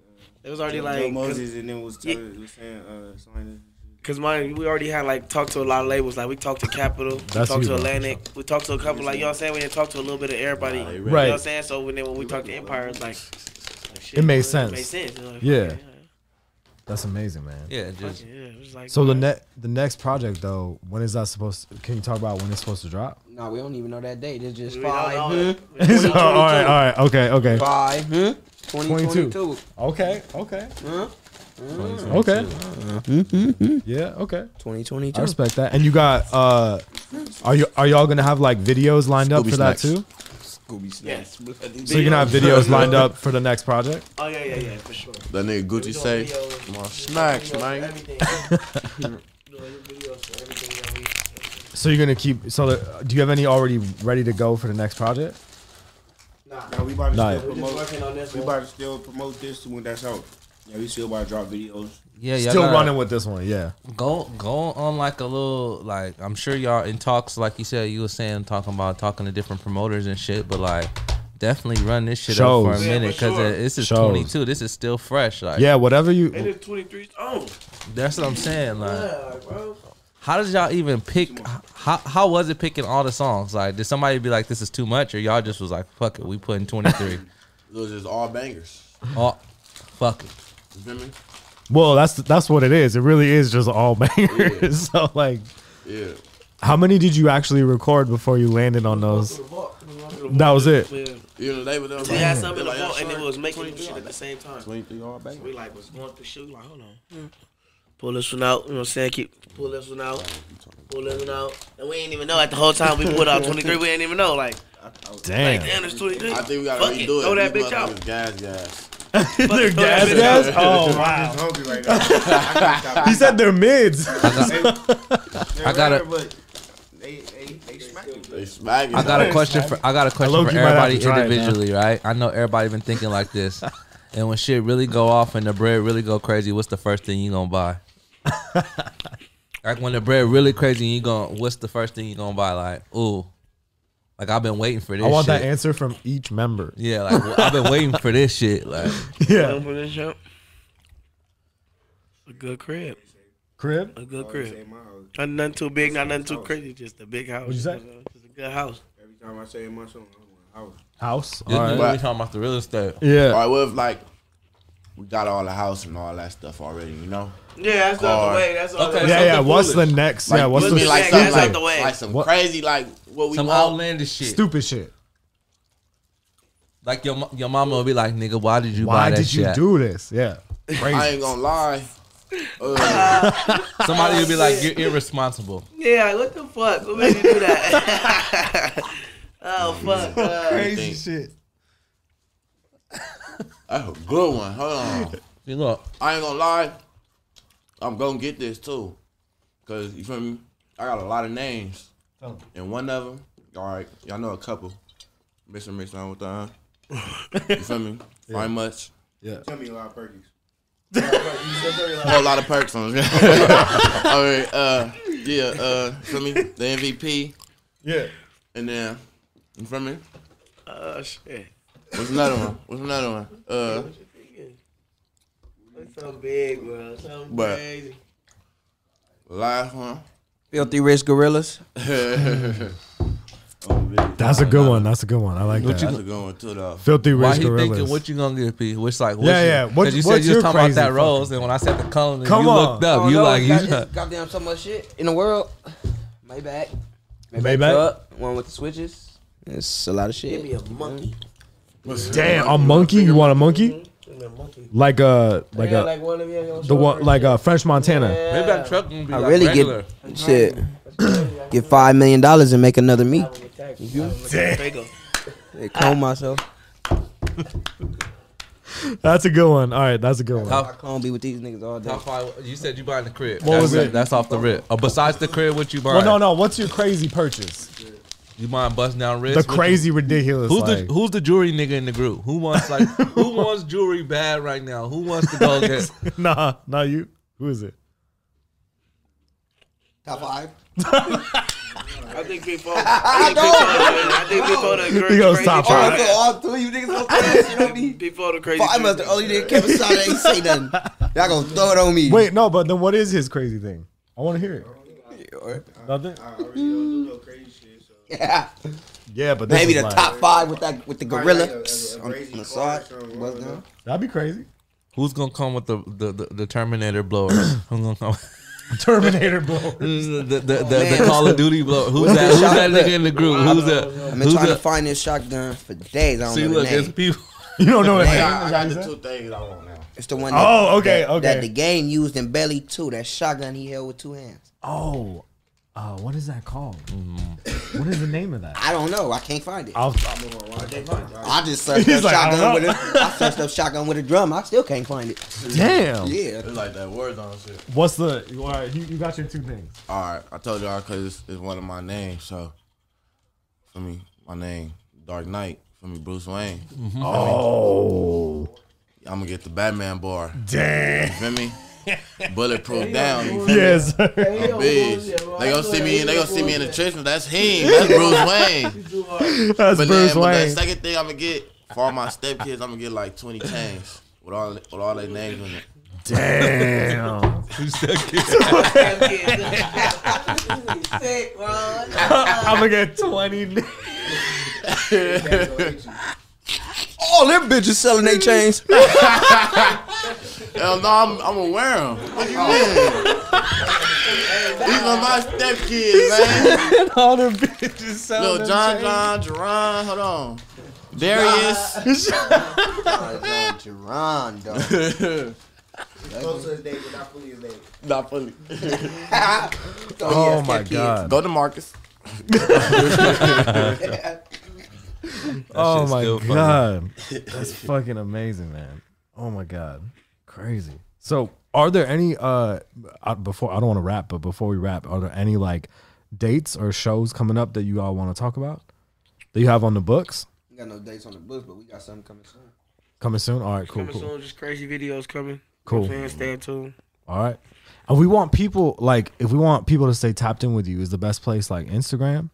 S2: It was already
S9: uh,
S2: like
S9: Joe
S2: 'cause-
S9: Moses, and then was,
S2: Yeah.
S9: tell was saying uh, something.
S2: Cause my we already had like talked to a lot of labels. Like we talked to Capital, we
S5: That's
S2: talked
S5: you,
S2: to
S5: bro.
S2: Atlantic, we talked to a couple. Like you know what I'm saying, we didn't talk to a little bit of everybody. You know
S5: Right.
S2: what I'm saying. So when then when we talked to Empire, it's like, like shit,
S5: It made
S2: well,
S5: sense.
S2: It made sense. It was like,
S5: Yeah.
S2: fuck
S5: That's amazing, man.
S6: Yeah,
S2: Yeah,
S6: just
S2: fuck yeah. It was like,
S5: So the
S2: alright.
S5: net the next project though, when is that supposed to, can you talk about when it's supposed to drop?
S4: No, we don't even know that date. It's just
S2: We don't
S4: five.
S2: know
S4: Hmm?
S2: it. We
S5: So,
S2: don't
S5: all right, all right, okay, okay.
S4: Five. Hmm? 2022.
S5: Okay, okay.
S4: Huh?
S5: Okay. Yeah, okay.
S4: 2022.
S5: Mm-hmm. I respect that. And you got uh are you are y'all gonna have like videos lined up
S10: Scooby
S5: for that
S10: snacks.
S5: too?
S10: Scooby
S2: Yes.
S5: So you're gonna have videos lined up for the next project?
S2: Oh yeah, yeah, yeah, for sure.
S7: that nigga
S2: We
S7: Gucci
S2: doing
S7: say,
S2: videos.
S7: my
S2: We're doing
S7: snacks,
S2: videos for
S7: man.
S2: everything. Doing videos for everything that we-
S5: So you're gonna keep so that, do you have any already ready to go for the next project?
S9: Nah, we about to
S2: We're
S5: Nah.
S9: still
S2: just
S9: promote.
S2: working on this
S9: We
S2: one.
S9: about to still promote this when that's out. Yeah, we still about to drop videos.
S6: yeah, y'all
S5: Still
S6: gotta-
S5: running with this one, yeah.
S6: go go on like a little like I'm sure y'all in talks like you said you were saying talking about talking to different promoters and shit, but like definitely run this shit up for
S5: Shows.
S6: a
S5: Yeah,
S6: minute
S2: for
S6: because
S2: sure.
S6: this is
S5: Shows.
S6: 22. This is still fresh. Like
S5: Yeah, whatever
S2: And
S5: you
S2: it's 23's own.
S6: that's what I'm saying. Like
S2: Yeah, bro.
S6: how did y'all even pick? h- How how was it picking all the songs? Like did somebody be like this is too much or y'all just was like fuck it we put in 23.
S7: It was just all bangers.
S6: oh fuck it.
S7: You feel me?
S5: well that's that's what it is. It really is just all bangers. so like
S7: Yeah.
S5: how many did you actually record before you landed on those? That was it.
S2: Yeah.
S7: You know, they were them.
S2: We had something in the
S7: like,
S2: vault,
S7: "Yeah,
S2: and it
S7: sir,
S2: was making the
S7: 23
S2: shit
S7: all
S2: at the same time. Hmm.
S7: bangers." 23 all
S2: We
S7: bangers.
S2: like was going through shit. We like, hold on, pull this one out. You know what I'm saying? Keep pull this one out, pull this one out, and we ain't even know. At the whole time we pulled out 23, we ain't even know. Like, like
S5: Damn.
S2: damn, it's 23.
S7: I think we gotta
S2: Fuck
S7: redo
S2: it,
S7: it.
S2: throw that
S7: These
S2: bitch out.
S7: motherfuckers Gas, gas.
S5: they're
S2: throw that
S5: gas
S2: bitch
S5: gas? Oh
S9: I'm
S5: wow.
S9: just hungry right now. I can't stop.
S5: He said they're mids.
S9: They're
S6: I gotta-
S9: rare, but They they they smack you.
S7: They smacking.
S6: I got a question for I got a
S5: low
S6: question
S5: key
S6: for
S5: might have
S6: everybody
S5: to try it, man.
S6: individually, right? I know everybody been thinking like this, and when shit really go off and the bread really go crazy, what's the first thing you gonna buy? like when the bread really crazy, you gonna what's the first thing you gonna buy? Like ooh, like I've been waiting for this.
S5: I want
S6: shit.
S5: that answer from each member.
S6: Yeah, like wh- I've been waiting for this shit. Like
S5: Yeah.
S2: Open this up. A good crib,
S5: Crib?
S2: a good
S9: Always
S2: crib.
S9: say my house.
S2: Not nothing too big, not nothing too crazy. Just a big house.
S5: What'd you say?
S2: know, Just a good house.
S9: Every time I say my song, I want a house.
S5: House.
S6: this
S5: All
S6: is
S5: right.
S6: what we talking about the real estate.
S5: Yeah.
S7: All right, what if like we got all the house and all that stuff already? You know.
S2: Yeah, that's out
S7: Or-
S2: the way. That's all.
S6: Okay.
S2: the way.
S5: yeah,
S6: something
S5: yeah. What's
S6: foolish.
S5: the next?
S7: Like,
S5: yeah, what's
S7: you
S5: the
S7: mean like
S2: Yeah,
S7: something
S2: that's out
S7: like,
S2: the way.
S7: like some
S5: What-
S7: crazy like what we
S6: Some
S7: want?
S6: outlandish shit.
S5: stupid shit?
S6: Like your mo- your mama will be like, nigga, why did you buy
S5: Why
S6: that
S5: did you
S6: shit?
S5: do this? Yeah,
S7: I
S5: crazy.
S7: ain't gonna lie. Uh,
S2: Uh-huh.
S6: Somebody will be like, you're irresponsible.
S2: Yeah, what the fuck? What made you do that? oh fuck. Uh,
S7: crazy
S5: shit.
S7: that's a good one. Hold on.
S6: You know,
S7: I ain't gonna lie. I'm gonna get this too, cause you feel me. I got a lot of names, and one of them, all right, y'all know a couple. Mr. Mix on with the, uh, you feel me? Very much.
S9: Tell me a lot of perkies.
S7: A whole lot of perks on. all right, uh, yeah, uh, feel me? The MVP,
S5: Yeah.
S7: and then you feel me?
S2: Oh shit.
S7: What's another one? What's another one? Uh,
S2: It's so big, bro. So
S7: But- last one.
S4: Filthy Rich Gorillas.
S5: That's a good one. That's a good one. I like that.
S7: That's a good one too, though.
S5: Filthy
S6: Why
S5: Rich
S6: he thinking
S5: Gorillas.
S6: what you gonna get? P? Which like what
S5: Yeah,
S6: you,
S5: yeah. What-
S6: 'cause you
S5: what's
S6: said you
S5: your
S6: was talking about
S5: crazy
S6: that
S5: fucking-
S6: rose, and when I said the cone, and
S5: Come
S6: you
S5: on.
S6: looked up.
S4: Oh,
S6: you
S4: no,
S6: like
S4: it's
S6: you.
S4: got, it's goddamn so much shit in the world. Maybach.
S5: Maybach?
S4: Club, One with the switches. It's a lot of shit.
S3: Give me a monkey.
S5: Damn, a monkey? You want a monkey? Like a like
S3: yeah,
S5: a
S3: like one of you on
S5: the one like a French Montana.
S6: Maybe that truck gonna be
S4: I
S6: like
S4: really
S6: regular.
S4: get shit. get five million dollars and make another me. Hey, comb myself.
S5: That's a good one. All right, that's a good one.
S4: I can't be with these niggas all day.
S6: Top five. You said you buying the crib.
S5: What
S6: that's
S5: was it?
S6: That's off the rip. Uh, besides the crib, what you buying?
S5: Well, no, no. What's your crazy purchase?
S6: You mind busting down
S5: The
S6: wrists? What you-
S5: crazy ridiculous.
S6: Who's
S5: like,
S6: the Who's the jewelry nigga in the group? Who wants like Who wants jewelry bad right now? Who wants to go get?
S5: nah, not you. Who is it?
S10: Top five.
S2: I think people. I think people. I think people.
S5: He goes top
S10: All,
S5: five.
S10: right. all three of Oh, you niggas gonna throw that shit on me.
S2: Before the crazy.
S10: I must the only nigga Kevin Sade ain't say nothing. Y'all gonna throw it on me.
S5: Wait, no, but then what is his crazy thing? I want to hear it. Nothing.
S9: I already don't do no crazy shit. So
S10: Yeah.
S5: Yeah, but this
S10: Maybe
S5: is
S10: the
S5: like-
S10: top five with that with the gorilla
S9: Probably like a- a- a
S10: on
S9: crazy
S10: on the side.
S9: car or something.
S10: Bust down.
S5: That'd be crazy.
S6: Who's gonna come with the the, the, the Terminator blowers? Who's gonna come?
S5: Terminator blow.
S6: the the, the, the,
S10: man.
S6: Call of Duty blower. Who's that? Who's that
S10: Look.
S6: nigga in the group? Who's that?
S10: I've been
S6: Who's
S10: trying to
S6: that?
S10: find this shotgun for days. I don't
S6: See,
S10: know the
S6: look, it's
S10: name.
S6: people.
S5: You don't know
S7: I
S5: that.
S7: got, I got the two things I want now.
S10: It's the one. That,
S5: Oh, okay,
S10: that,
S5: okay.
S10: That the game used in Belly Two. That shotgun he held with two hands.
S5: Oh, uh, what is that called? What is the name of that?
S10: I don't know. I can't find it.
S5: I'll,
S10: I just searched
S5: He's
S10: up
S5: like, I
S10: shotgun
S5: don't
S10: with
S5: know.
S10: a, I searched up shotgun with a drum. I still can't find it.
S5: damn.
S10: Yeah.
S7: It's like that word on shit.
S5: What's the? All right, you, you got your two things.
S7: All right, I told y'all because it's, it's one of my names. So for me, my name Dark Knight. For me, Bruce Wayne.
S5: Oh,
S7: I'm gonna get the Batman bar.
S5: damn.
S7: You feel me? Bulletproof down. You feel me?
S5: Yes. sir.
S7: I'm bitch. They gonna see me. They gonna see me in the trenches. That's him. That's Bruce Wayne.
S5: That's
S7: But
S5: Bruce
S7: then, but that
S5: Wayne.
S7: second thing I'm gonna get for all my stepkids, I'm gonna get like 20 chains with all with all their names on it.
S5: Damn. I'm gonna get twenty.
S10: All them bitches selling their chains.
S7: Hell no, I'm, I'm gonna wear them. What you mean? These are my stepkids, man.
S5: All the bitches selling.
S7: Little John, John, Jerron, hold on. Darius.
S10: Jerron, dog.
S9: Close to his day, but not fully his day.
S7: Not funny.
S5: Oh my god.
S7: Go to Marcus.
S5: Oh
S6: shit's
S5: Oh my
S6: still funny.
S5: god, that's fucking amazing, man. Oh my god, crazy. So, are there any uh uh, before I don't want to rap, but before we wrap, are there any like dates or shows coming up that you all want to talk about that you have on the books
S10: We got no dates on the books, but we got something coming soon.
S5: coming soon? All right, cool,
S2: Coming
S5: cool,
S2: soon, just crazy videos coming.
S5: cool.
S2: Fans, stay tuned.
S5: All right, and we want people like if we want people to stay tapped in with you, is the best place like Instagram.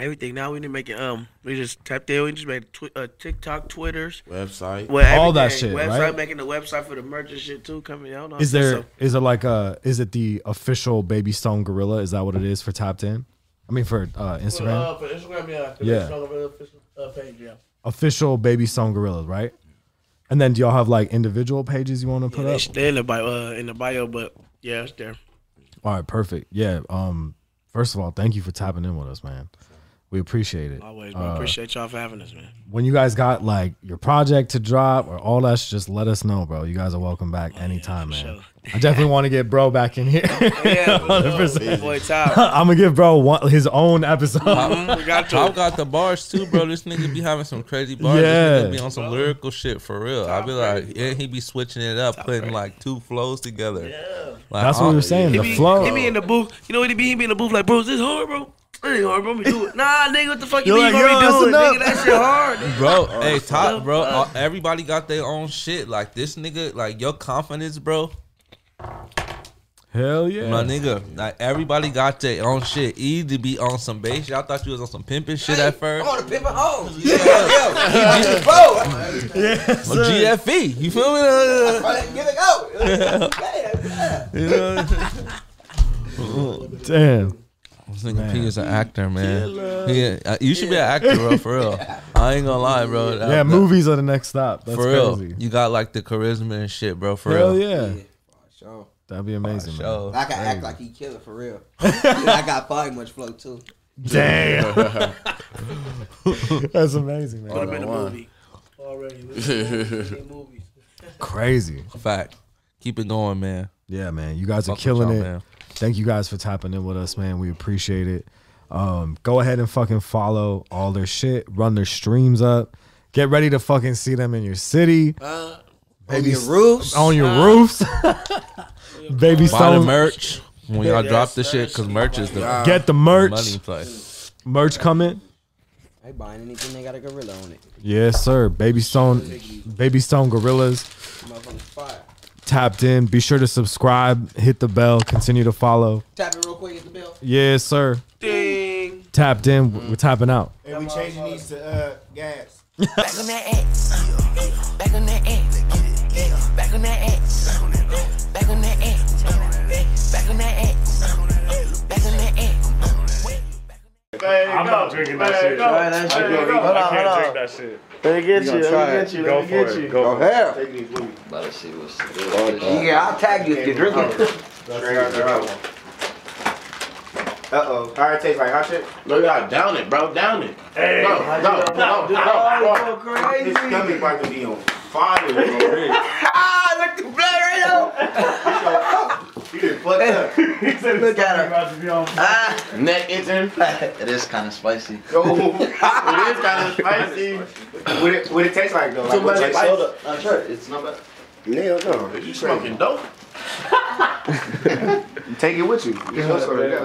S2: Everything now we need to make it. Um, we just tapped in. We just made twi- uh, TikTok, Twitters,
S7: Website.
S2: well,
S5: All that
S2: everything.
S5: shit,
S2: Website
S5: right?
S2: making the website for the merch and shit too coming. I don't know.
S5: Is there is
S2: So,
S5: it like a is it the official Baby Stone Gorilla? Is that what it is for tapped in? I mean for uh, Instagram.
S2: uh, for Instagram, yeah.
S5: Yeah.
S2: It's on the official, uh, page, yeah.
S5: official Baby Stone Gorillas, right? And then do y'all have like individual pages you want to put
S2: yeah,
S5: up?
S2: they- they in the bio, uh, in the bio, but yeah, it's there.
S5: All right, perfect. Yeah. Um, first of all, thank you for tapping in with us, man. We appreciate it.
S2: Always, bro.
S5: Uh,
S2: Appreciate y'all for having us, man.
S5: when you guys got like your project to drop or all that, sh- just let us know, bro. You guys are welcome back
S2: Oh,
S5: anytime, man. I definitely want to get bro back in here.
S2: Yeah, for sure.
S5: 100%.
S2: Boy, Top. Mm-hmm.
S5: I'm gonna give bro one, his own episode.
S6: Pop,
S2: we got
S6: Pop got the bars too, bro. This nigga be having some crazy bars. This
S5: Yeah.
S6: nigga be on some lyrical shit for real. I be like, yeah, he be switching it up, putting like two flows together. Like,
S5: That's what we
S6: oh,
S5: were saying.
S2: He
S5: The
S2: be,
S5: flow.
S2: He be in the booth. You know what he be? He be in the booth like, bro, is this hard, bro? It ain't hard, bro. Let me do it. Nah, nigga, what the fuck you
S5: You're
S2: mean
S5: like,
S2: you already
S5: yo, that's
S2: doing, nigga?
S5: enough.
S2: That shit hard. nigga.
S6: Bro, hey, top, bro. all- everybody got their own shit. Like this nigga, like your confidence, bro.
S5: Hell yeah.
S6: My nigga, like everybody got their own shit. E to be on some bass. Y'all thought you was on some pimping shit
S10: I'm
S6: at first.
S4: oh,
S10: on a Oh, pimpin' hole. Yeah, yeah. He just bro.
S5: Yes,
S6: But
S5: sir.
S6: GFE, E. you feel me? Uh,
S10: Give it go. Yeah.
S6: you know?
S5: Damn.
S6: This nigga P is an actor, man. Yeah, uh, you should be an actor, bro. For real, I ain't gonna lie, bro. That-
S5: Yeah,
S6: that-
S5: movies are the next stop. That's
S6: for real,
S5: crazy.
S6: you got like the charisma and shit, bro. For
S5: Hell
S6: real, Oh,
S5: yeah.
S10: Sure.
S5: That'd be amazing, man.
S6: Show.
S10: I can act like he killer for real. I got far much flow too.
S5: Damn. That's amazing, man.
S2: Put him in the
S7: Hold on,
S2: movie. Already. Let's go. Let's see movies.
S5: Crazy.
S6: fact. Keep it going, man.
S5: Yeah, man. You guys are
S6: Fuck with
S5: killing
S6: y'all,
S5: it.
S6: man.
S5: Thank you guys for tapping in with us, man. We appreciate it. Um, go ahead and fucking follow all their shit. Run their streams up. Get ready to fucking see them in your city,
S10: On your roofs.
S5: on your roofs. Baby
S6: Buy the
S5: Stone,
S6: merch when y'all drop the shit, cause merch is the
S5: get the merch.
S6: money play.
S5: Merch coming.
S4: They buying anything they got a gorilla on it.
S5: Yes, sir. Baby Stone, Baby Stone Gorillas.
S4: Motherfucker's fire.
S5: Tapped in. Be sure to subscribe. Hit the bell. Continue to follow.
S10: Tap it real quick at the bell.
S5: Yes, sir.
S2: Ding.
S5: Tapped in. We're tapping out.
S9: And we changing these to uh, gas.
S11: Back on that X. Back on that X. Back on that X. Back on that X. Back on that X. Back on that X.
S12: I'm not drinking that shit.
S3: Try that shit.
S12: I
S3: Hold on,
S12: can't
S3: hold on.
S12: drink that shit.
S3: Let me get you.
S10: try
S3: Let me
S10: it.
S3: get you.
S12: Go
S3: Let
S12: for
S3: me
S12: it.
S3: get you.
S12: Go. for it.
S9: Take these with me.
S11: Let's see what's
S10: Yeah, I'll tag you if you drink it.
S9: Uh oh. Alright, tastes like hot shit.
S7: No, y'all down it, bro. Down it.
S12: Hey,
S7: No, no, no, no, no.
S3: Oh, crazy.
S9: This stomach about to be on fire over here.
S10: Ah, look the blood right now.
S9: You just fucked up.
S10: Look at him. Ah,
S7: Neck itching.
S11: It is kind of spicy.
S9: Yo, what
S7: It is kind of spicy.
S9: it, what it taste like though? Like, what it taste-
S7: soda.
S11: I'm sure it's not bad.
S9: Hell no.
S7: You smoking dope?
S9: Take it with you. It's your soda.